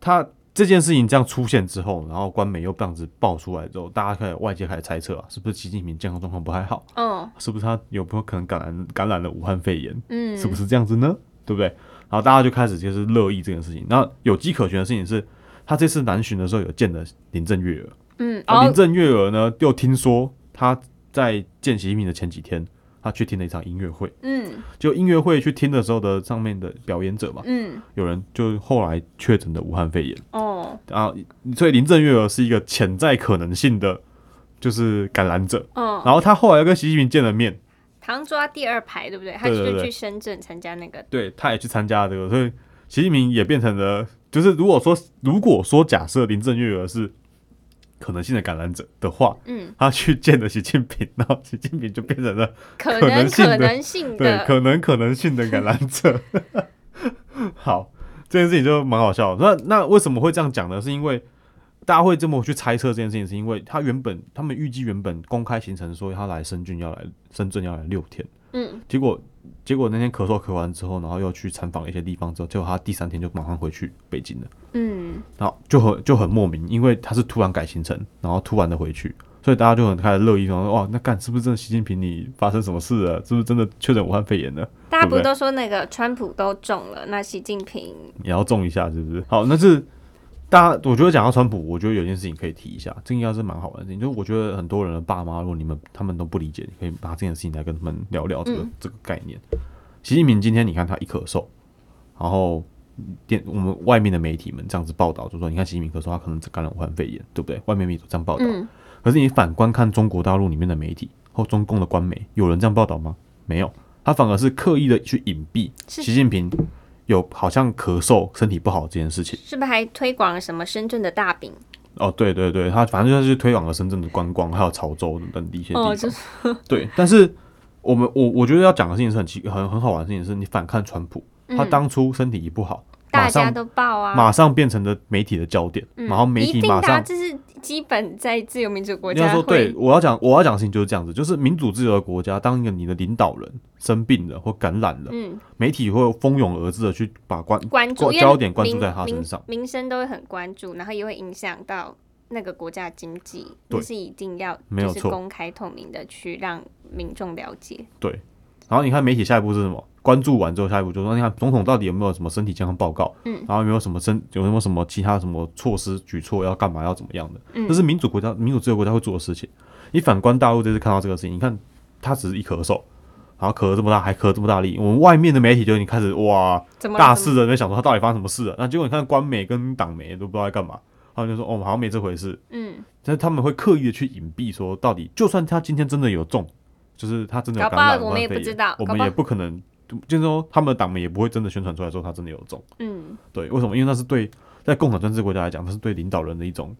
[SPEAKER 2] 他这件事情这样出现之后，然后官媒又这样子爆出来之后，大家开始外界开始猜测啊，是不是习近平健康状况不太好？啊
[SPEAKER 1] 哦，
[SPEAKER 2] 是不是他有没有可能感染感染了武汉肺炎？
[SPEAKER 1] 嗯，
[SPEAKER 2] 是不是这样子呢？对不对？然后大家就开始就是热议这件事情。那有迹可循的事情是，他这次南巡的时候有见了林郑月娥，
[SPEAKER 1] 嗯，
[SPEAKER 2] 那
[SPEAKER 1] 哦
[SPEAKER 2] 呃林，郑月娥呢又听说他在见习近平的前几天，他去听了一场音乐会。
[SPEAKER 1] 嗯
[SPEAKER 2] 就音乐会去听的时候的上面的表演者嘛，
[SPEAKER 1] 嗯，
[SPEAKER 2] 有人就后来确诊的武汉肺炎
[SPEAKER 1] 哦
[SPEAKER 2] 啊，所以林郑月娥是一个潜在可能性的，就是感染者。
[SPEAKER 1] 哦，
[SPEAKER 2] 然后他后来又跟习近平见了面，
[SPEAKER 1] 唐抓第二排，对不对？他
[SPEAKER 2] 对对
[SPEAKER 1] 就
[SPEAKER 2] 对
[SPEAKER 1] 去深圳参加那个，
[SPEAKER 2] 对，他也去参加了这个，所以习近平也变成了，就是如果说如果说假设林郑月娥是可能性的感染者的话，
[SPEAKER 1] 嗯，
[SPEAKER 2] 他去见了习近平，然后习近平就变成了
[SPEAKER 1] 可
[SPEAKER 2] 可
[SPEAKER 1] 能
[SPEAKER 2] 能性的
[SPEAKER 1] 可能性
[SPEAKER 2] 对，
[SPEAKER 1] 的，
[SPEAKER 2] 可能可能性的感染者。 好，这件事情就蛮好笑的。那那为什么会这样讲呢？是因为大家会这么去猜测这件事情，是因为他原本他们预计原本公开行程说他来深圳要来深圳要来六天，
[SPEAKER 1] 嗯，
[SPEAKER 2] 结果结果那天咳嗽咳完之后，然后又去参访了一些地方之后，结果他第三天就马上回去北京了，
[SPEAKER 1] 嗯，
[SPEAKER 2] 然后就很就很莫名，因为他是突然改行程，然后突然的回去。所以大家就很开始乐意，然后说：“哇，那干是不是真的习近平你发生什么事了？是不是真的确诊武汉肺炎了？”
[SPEAKER 1] 大家不
[SPEAKER 2] 对不对
[SPEAKER 1] 都说那个川普都中了，那习近平
[SPEAKER 2] 也要中一下，是不是？好，那是大家，我觉得讲到川普，我觉得有件事情可以提一下，这应该是蛮好玩的事情。就是我觉得很多人的爸妈，如果你们他们都不理解，你可以拿这件事情来跟他们聊聊这个、
[SPEAKER 1] 嗯
[SPEAKER 2] 这个概念。习近平今天你看他一咳嗽，然后电我们外面的媒体们这样子报道，就说你看习近平咳嗽，他可能感染武汉肺炎，对不对？外面媒体都这样报道。
[SPEAKER 1] 嗯
[SPEAKER 2] 可是你反观看中国大陆里面的媒体或中共的官媒，有人这样报道吗？没有，他反而是刻意的去隐蔽
[SPEAKER 1] 是
[SPEAKER 2] 习近平有好像咳嗽、身体不好这件事情。
[SPEAKER 1] 是不是还推广了什么深圳的大饼？
[SPEAKER 2] 哦，对对对，他反正就是推广了深圳的观光，还有潮州等地一些地方。
[SPEAKER 1] 哦，就是
[SPEAKER 2] 对，但是我们我我觉得要讲的事情是很奇很很好玩的事情，是你反看川普，他当初身体一不好，马
[SPEAKER 1] 嗯大家
[SPEAKER 2] 上
[SPEAKER 1] 都报啊，
[SPEAKER 2] 马上变成了媒体的焦点，然后媒
[SPEAKER 1] 一
[SPEAKER 2] 体
[SPEAKER 1] 定
[SPEAKER 2] 马
[SPEAKER 1] 的啊，
[SPEAKER 2] 上
[SPEAKER 1] 这是基本在自由民主国
[SPEAKER 2] 你要
[SPEAKER 1] 家
[SPEAKER 2] 说对
[SPEAKER 1] 会，，
[SPEAKER 2] 我要讲我要讲的事情就是这样子，就是民主自由的国家，当一个你的领导人生病了或感染了，
[SPEAKER 1] 嗯，
[SPEAKER 2] 媒体会蜂拥而至的去把关
[SPEAKER 1] 关注，
[SPEAKER 2] 关
[SPEAKER 1] 因为
[SPEAKER 2] 焦点关注
[SPEAKER 1] 民
[SPEAKER 2] 在他
[SPEAKER 1] 民
[SPEAKER 2] 身上。
[SPEAKER 1] 民生都会很关注，然后也会影响到那个国家经济，
[SPEAKER 2] 对
[SPEAKER 1] 这是一定要
[SPEAKER 2] 没有
[SPEAKER 1] 就是
[SPEAKER 2] 错
[SPEAKER 1] 公开透明的去让民众了解。
[SPEAKER 2] 对，然后你看媒体下一步是什么？关注完之后，下一步就说，你看总统到底有没有什么身体健康报告？
[SPEAKER 1] 嗯
[SPEAKER 2] 然后有没有什么身有没有什么其他什么措施举措要干嘛要怎么样的？
[SPEAKER 1] 嗯
[SPEAKER 2] 这是民主国家、民主自由国家会做的事情。你反观大陆这次看到这个事情，你看他只是一咳嗽，然后咳了这么大，还咳这么大力，我们外面的媒体就已经开始哇。
[SPEAKER 1] 怎么了
[SPEAKER 2] 大
[SPEAKER 1] 怎么
[SPEAKER 2] 事的在想说他到底发生什么事了。那结果你看官媒跟党媒都不知道在干嘛，他们就说哦，好像没这回事。
[SPEAKER 1] 嗯，
[SPEAKER 2] 但是他们会刻意的去隐蔽，说到底，就算他今天真的有中，就是他真的有感染
[SPEAKER 1] 搞不好
[SPEAKER 2] 武
[SPEAKER 1] 我
[SPEAKER 2] 汉
[SPEAKER 1] 们也
[SPEAKER 2] 肺炎，
[SPEAKER 1] 不知道
[SPEAKER 2] 我
[SPEAKER 1] 搞
[SPEAKER 2] 们
[SPEAKER 1] 不好
[SPEAKER 2] 也不可能，就是说他们的党们也不会真的宣传出来说他真的有中。
[SPEAKER 1] 嗯，
[SPEAKER 2] 对，为什么？因为那是对在共产专制国家来讲，那是对领导人的一种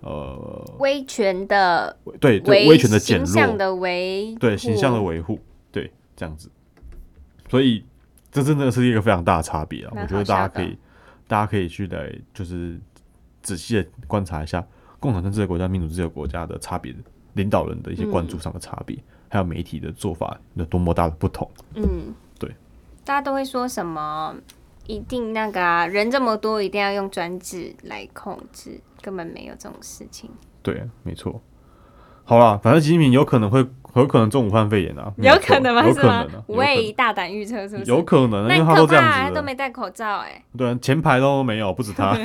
[SPEAKER 2] 呃，
[SPEAKER 1] 威权的
[SPEAKER 2] 对对
[SPEAKER 1] 维
[SPEAKER 2] 威权的减
[SPEAKER 1] 形象
[SPEAKER 2] 弱，
[SPEAKER 1] 的维
[SPEAKER 2] 对形象
[SPEAKER 1] 哦
[SPEAKER 2] 的维护，对这样子。所以这真的是一个非常大的差别啊！
[SPEAKER 1] 蛮
[SPEAKER 2] 我
[SPEAKER 1] 好
[SPEAKER 2] 觉得大家
[SPEAKER 1] 笑的
[SPEAKER 2] 可以，大家可以去来就是仔细的观察一下共产专制的国家、民主自由国家的差别，领导人的一些关
[SPEAKER 1] 嗯
[SPEAKER 2] 注上的差别，还有媒体的做法有多么大的不同。
[SPEAKER 1] 嗯，
[SPEAKER 2] 对，
[SPEAKER 1] 大家都会说什么？一定那个啊，人这么多，一定要用专制来控制，根本没有这种事情。
[SPEAKER 2] 对，没错。好啦，反正习近平有可能会，有可能中武汉肺炎啊，没
[SPEAKER 1] 有
[SPEAKER 2] 有
[SPEAKER 1] 可
[SPEAKER 2] 错
[SPEAKER 1] 能吗？
[SPEAKER 2] 有
[SPEAKER 1] 是
[SPEAKER 2] 可
[SPEAKER 1] 吗
[SPEAKER 2] 能啊，？有可能
[SPEAKER 1] 喂，大胆预测是不是？
[SPEAKER 2] 有可能啊，
[SPEAKER 1] 那
[SPEAKER 2] 因
[SPEAKER 1] 很
[SPEAKER 2] 为他
[SPEAKER 1] 可
[SPEAKER 2] 都这
[SPEAKER 1] 怕
[SPEAKER 2] 样
[SPEAKER 1] 啊，
[SPEAKER 2] 子
[SPEAKER 1] 都
[SPEAKER 2] 的，
[SPEAKER 1] 没戴口罩哎、
[SPEAKER 2] 对啊，前排都没有，不止他，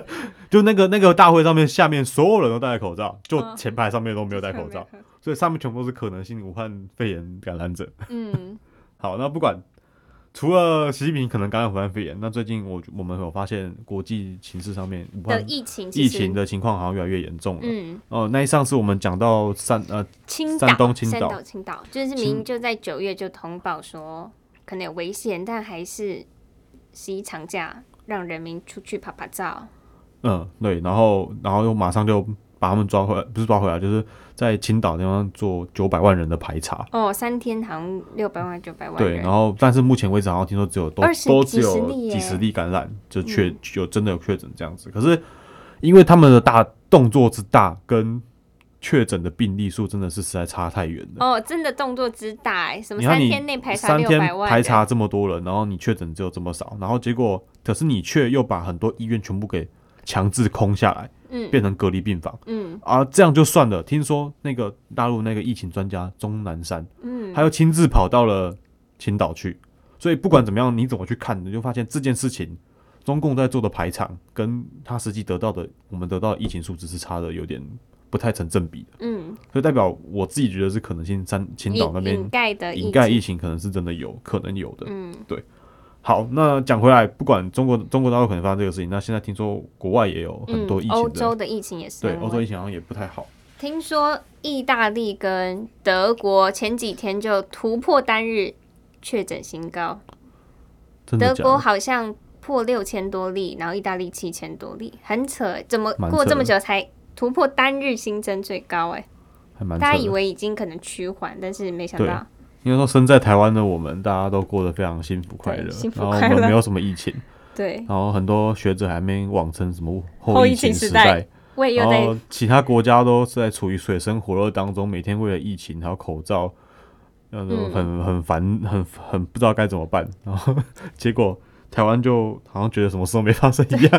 [SPEAKER 2] 就那个那个大会上面，下面所有人都戴口罩，就
[SPEAKER 1] 嗯
[SPEAKER 2] 前排上面都没有戴口罩，。所以上面全部都是可能性武汉肺炎感染者。
[SPEAKER 1] 嗯
[SPEAKER 2] 好，那不管除了习近平可能感染武汉肺炎，那最近我我们有发现国际形势上面武
[SPEAKER 1] 的
[SPEAKER 2] 汉
[SPEAKER 1] 疫情其
[SPEAKER 2] 疫
[SPEAKER 1] 实，
[SPEAKER 2] 情的情况好像越来越严重了。
[SPEAKER 1] 嗯，
[SPEAKER 2] 哦，那上次我们讲到三呃
[SPEAKER 1] 青岛、
[SPEAKER 2] 山东青
[SPEAKER 1] 山
[SPEAKER 2] 岛
[SPEAKER 1] 岛、青岛，就是
[SPEAKER 2] 青
[SPEAKER 1] 明明就在九月就通报说可能有危险，但还是十一长假让人民出去拍拍照。
[SPEAKER 2] 嗯，对，然后然后又马上就把他们抓回来，不是抓回来，就是在青岛地方做九百万人的排查。
[SPEAKER 1] 哦，三天好像六百万、九百万
[SPEAKER 2] 对，
[SPEAKER 1] 人
[SPEAKER 2] 然。后但是目前为止好像听说只有都
[SPEAKER 1] 20
[SPEAKER 2] 都
[SPEAKER 1] 几
[SPEAKER 2] 只
[SPEAKER 1] 十
[SPEAKER 2] 有
[SPEAKER 1] 例耶嗯
[SPEAKER 2] 几十例感染，就确、有真的有确诊这样子。可是因为他们的大动作之大，跟确诊的病例数真的是实在差太远了。
[SPEAKER 1] 哦，真的动作之大哎、什么
[SPEAKER 2] 嗯你看
[SPEAKER 1] 三
[SPEAKER 2] 你
[SPEAKER 1] 天内排查
[SPEAKER 2] 三
[SPEAKER 1] 六
[SPEAKER 2] 天
[SPEAKER 1] 百万人，
[SPEAKER 2] 排查这么多人，然后你确诊只有这么少，然后结果可是你却又把很多医院全部给强制空下来，
[SPEAKER 1] 嗯
[SPEAKER 2] 变成隔离病房。
[SPEAKER 1] 嗯
[SPEAKER 2] 啊，这样就算了。听说那个大陆那个疫情专家钟南山，
[SPEAKER 1] 嗯，
[SPEAKER 2] 他又亲自跑到了青岛去。所以不管怎么样，你怎么去看，你就发现这件事情，中共在做的排场跟他实际得到的，我们得到的疫情数字是差的有点不太成正比的。
[SPEAKER 1] 嗯，
[SPEAKER 2] 所以代表我自己觉得是可能性，三青岛那
[SPEAKER 1] 掩
[SPEAKER 2] 边
[SPEAKER 1] 盖的
[SPEAKER 2] 掩
[SPEAKER 1] 嗯
[SPEAKER 2] 盖
[SPEAKER 1] 呃疫
[SPEAKER 2] 疫
[SPEAKER 1] 情，
[SPEAKER 2] 情可能是真的有可能有的。
[SPEAKER 1] 嗯
[SPEAKER 2] 好，那讲回来，不管中国中国大陆可能发生这个事情，那现在听说国外也有很多疫
[SPEAKER 1] 嗯，
[SPEAKER 2] 情
[SPEAKER 1] 欧
[SPEAKER 2] 的，
[SPEAKER 1] 洲的疫情也是
[SPEAKER 2] 对
[SPEAKER 1] 因
[SPEAKER 2] 欧洲
[SPEAKER 1] 为
[SPEAKER 2] 疫情好像也不太好。
[SPEAKER 1] 听说意大利跟德国前几天就突破单日确诊新高，
[SPEAKER 2] 真的
[SPEAKER 1] 德
[SPEAKER 2] 假的
[SPEAKER 1] 国？好像破六千多例，然后意大利七千多例，很扯，怎么
[SPEAKER 2] 蛮扯的
[SPEAKER 1] 过这么久才突破单日新增最高、欸？
[SPEAKER 2] 还
[SPEAKER 1] 哎，
[SPEAKER 2] 蛮扯
[SPEAKER 1] 大家
[SPEAKER 2] 的
[SPEAKER 1] 以为已经可能趋缓，但是没想
[SPEAKER 2] 对
[SPEAKER 1] 到，
[SPEAKER 2] 应该说，身在台湾的我们，大家都过得非常幸福快乐，
[SPEAKER 1] 对幸福
[SPEAKER 2] 然后
[SPEAKER 1] 快
[SPEAKER 2] 我
[SPEAKER 1] 乐
[SPEAKER 2] 们没有什么 疫情，
[SPEAKER 1] 对，
[SPEAKER 2] 然后很多学者还没妄称什么
[SPEAKER 1] 后
[SPEAKER 2] 后
[SPEAKER 1] 疫
[SPEAKER 2] 疫
[SPEAKER 1] 情
[SPEAKER 2] 情
[SPEAKER 1] 时
[SPEAKER 2] 时
[SPEAKER 1] 代
[SPEAKER 2] 代，
[SPEAKER 1] 我也又
[SPEAKER 2] 然
[SPEAKER 1] 在
[SPEAKER 2] 后其他国家都是在处于水深火热当中，每天为了疫情还有口罩，那种
[SPEAKER 1] 嗯
[SPEAKER 2] 很很烦，很很不知道该怎么办， 然后结果台湾就好像觉得什么事都没发生一 样，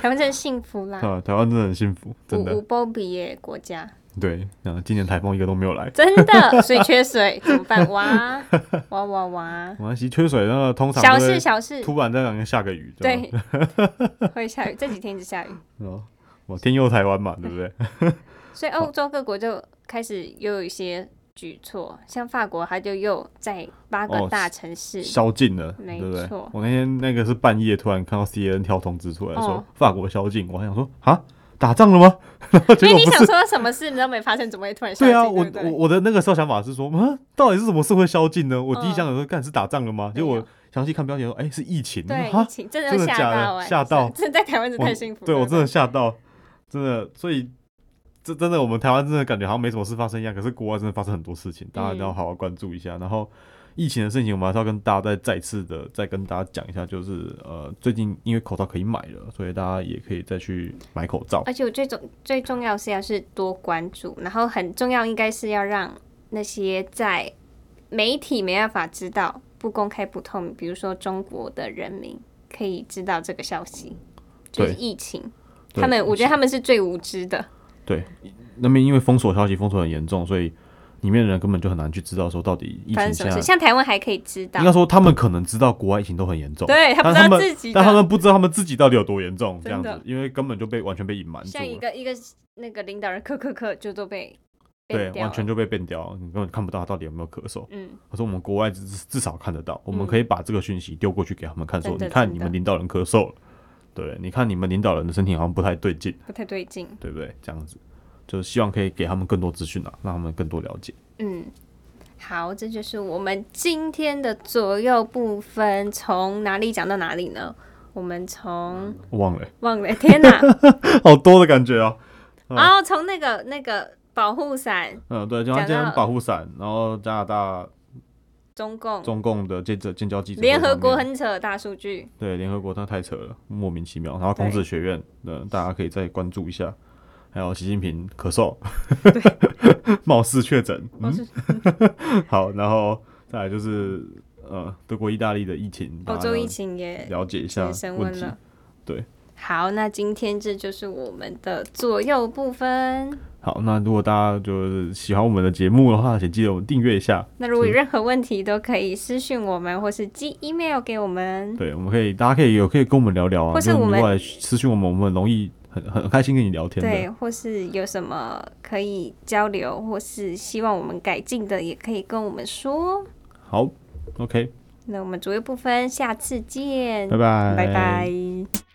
[SPEAKER 1] 台湾真的幸福 啦，
[SPEAKER 2] 啊，台湾真的很幸福，真
[SPEAKER 1] 五五
[SPEAKER 2] 的，
[SPEAKER 1] 波比耶国家，
[SPEAKER 2] 对，嗯，今年台风一个都没有来，
[SPEAKER 1] 真的水缺 水怎么办？哇哇哇哇，
[SPEAKER 2] 没关系，缺水那个通常
[SPEAKER 1] 小
[SPEAKER 2] 都会
[SPEAKER 1] 事小事，
[SPEAKER 2] 突然这两天下个雨，这样
[SPEAKER 1] 对，会下雨，这几天一直下雨。
[SPEAKER 2] 哦，我天佑台湾嘛，对 不对？
[SPEAKER 1] 所以欧洲各国就开始又有一些举措，像法国，它就又在八个
[SPEAKER 2] 哦
[SPEAKER 1] 大城市，
[SPEAKER 2] 宵禁了，
[SPEAKER 1] 没
[SPEAKER 2] 对不对
[SPEAKER 1] 错？
[SPEAKER 2] 我那天那个是半夜突然看到 CNN 跳通知出来说、
[SPEAKER 1] 哦
[SPEAKER 2] 法国宵禁，我还想说啊，打仗了吗？ 然后结
[SPEAKER 1] 因
[SPEAKER 2] 果
[SPEAKER 1] 为你
[SPEAKER 2] 不
[SPEAKER 1] 想
[SPEAKER 2] 是。
[SPEAKER 1] 说什么事你都没发生，怎么会突然
[SPEAKER 2] 对啊，
[SPEAKER 1] 宵禁
[SPEAKER 2] 我
[SPEAKER 1] 对不
[SPEAKER 2] 我
[SPEAKER 1] 对
[SPEAKER 2] 我的那个时候想法是说，嗯，到底是什么事会宵禁呢？我第一
[SPEAKER 1] 嗯啊
[SPEAKER 2] 想想说，干是打仗了吗？结果我详细看标题说，哎，是疫情。
[SPEAKER 1] 对疫
[SPEAKER 2] 哈，
[SPEAKER 1] 情真的
[SPEAKER 2] 真
[SPEAKER 1] 会
[SPEAKER 2] 的
[SPEAKER 1] 吓
[SPEAKER 2] 假的
[SPEAKER 1] 到哎，
[SPEAKER 2] 吓到
[SPEAKER 1] 真的在 台湾真的
[SPEAKER 2] 我
[SPEAKER 1] 太幸福了。
[SPEAKER 2] 对我真
[SPEAKER 1] 的
[SPEAKER 2] 的吓到，真的，所以这真的我们台湾真的感觉好像没什么事发生一样，可是国外真的发生很多事情，大家一定要
[SPEAKER 1] 嗯
[SPEAKER 2] 好好关注一下。然后疫情的事情，我们还是要跟大家再再次的再跟大家讲一下，就是呃，最近因为口罩可以买了，所以大家也可以再去买口罩。
[SPEAKER 1] 而且我最重最重要是要是多关注，然后很重要应该是要让那些在媒体没办法知道、不公开不透明，比如说中国的人民可以知道这个消息，就是
[SPEAKER 2] 对
[SPEAKER 1] 疫情。
[SPEAKER 2] 对
[SPEAKER 1] 他们，我觉得他们是最无知的。
[SPEAKER 2] 对那边因为封锁消息封锁很严重，所以里面的人根本就很难去知道说到底疫
[SPEAKER 1] 发生
[SPEAKER 2] 情
[SPEAKER 1] 什
[SPEAKER 2] 现
[SPEAKER 1] 么
[SPEAKER 2] 在
[SPEAKER 1] 事？。像台湾还可以知道
[SPEAKER 2] 应该，说，他们可能知道国外疫情都很严重，
[SPEAKER 1] 对他不
[SPEAKER 2] 但
[SPEAKER 1] 知
[SPEAKER 2] 他
[SPEAKER 1] 道
[SPEAKER 2] 们
[SPEAKER 1] 自己
[SPEAKER 2] 但他
[SPEAKER 1] 的。
[SPEAKER 2] 们不知道他们自己到底有多严重，这
[SPEAKER 1] 真
[SPEAKER 2] 样
[SPEAKER 1] 的
[SPEAKER 2] 子，因为根本就被完全被隐瞒住
[SPEAKER 1] 像一
[SPEAKER 2] 了。
[SPEAKER 1] 个一个那个领导人，咳咳咳就都被
[SPEAKER 2] 对
[SPEAKER 1] 被，掉
[SPEAKER 2] 完全
[SPEAKER 1] 了。
[SPEAKER 2] 就被变掉，你根本看不到他到底有没有咳嗽。
[SPEAKER 1] 嗯，
[SPEAKER 2] 可是我们国外至至少看得到，我们
[SPEAKER 1] 嗯
[SPEAKER 2] 可以把这个讯息丢过去给他们看，说
[SPEAKER 1] 真的
[SPEAKER 2] 你看
[SPEAKER 1] 真
[SPEAKER 2] 你
[SPEAKER 1] 的
[SPEAKER 2] 们领导人咳嗽了，对，你看你们领导人的身体好像不太对劲，
[SPEAKER 1] 不太对劲。
[SPEAKER 2] 对不对？这样子，就是希望可以给他们更多资讯啊，让他们更多了解。
[SPEAKER 1] 嗯，好，这就是我们今天的左右部分，从哪里讲到哪里呢？我们从
[SPEAKER 2] 忘了欸，
[SPEAKER 1] 忘了，天哪！
[SPEAKER 2] 好多的感觉哦、
[SPEAKER 1] 哦，从那个那个保护伞，
[SPEAKER 2] 嗯，对，就像
[SPEAKER 1] 讲
[SPEAKER 2] 今天
[SPEAKER 1] 到
[SPEAKER 2] 保护伞，然后加拿大
[SPEAKER 1] 中共、
[SPEAKER 2] 中共的建者建交记者会
[SPEAKER 1] 联合
[SPEAKER 2] 上
[SPEAKER 1] 国
[SPEAKER 2] 面
[SPEAKER 1] 很扯的大数据，
[SPEAKER 2] 对联合国，那太扯了，莫名其妙。然后孔子学院，嗯，大家可以再关注一下。还有习近平咳嗽， 貌似确诊，
[SPEAKER 1] 哦是
[SPEAKER 2] 好，然后再来就是呃，德国、意大利的疫情，
[SPEAKER 1] 欧
[SPEAKER 2] 大家
[SPEAKER 1] 洲
[SPEAKER 2] 要
[SPEAKER 1] 疫情也
[SPEAKER 2] 了解一下
[SPEAKER 1] 也升
[SPEAKER 2] 问
[SPEAKER 1] 温
[SPEAKER 2] 题。
[SPEAKER 1] 了。
[SPEAKER 2] 对，
[SPEAKER 1] 好，那今天这就是我们的左右部分。
[SPEAKER 2] 好，那如果大家就是喜欢我们的节目的话，请记得我们订阅一下。
[SPEAKER 1] 那如果有任何问题，都可以私讯我们，或是寄 email 给我们。
[SPEAKER 2] 对，我们可以，大家可以有可以跟我们聊聊啊，
[SPEAKER 1] 嗯或是
[SPEAKER 2] 就你
[SPEAKER 1] 我们
[SPEAKER 2] 过来私讯我们，我们很容易很很很开心跟你聊天的。
[SPEAKER 1] 对，或是有什么可以交流，或是希望我们改进的，也可以跟我们说。
[SPEAKER 2] 好，OK，
[SPEAKER 1] 那我们左右部分下次见，
[SPEAKER 2] 拜拜，
[SPEAKER 1] 拜拜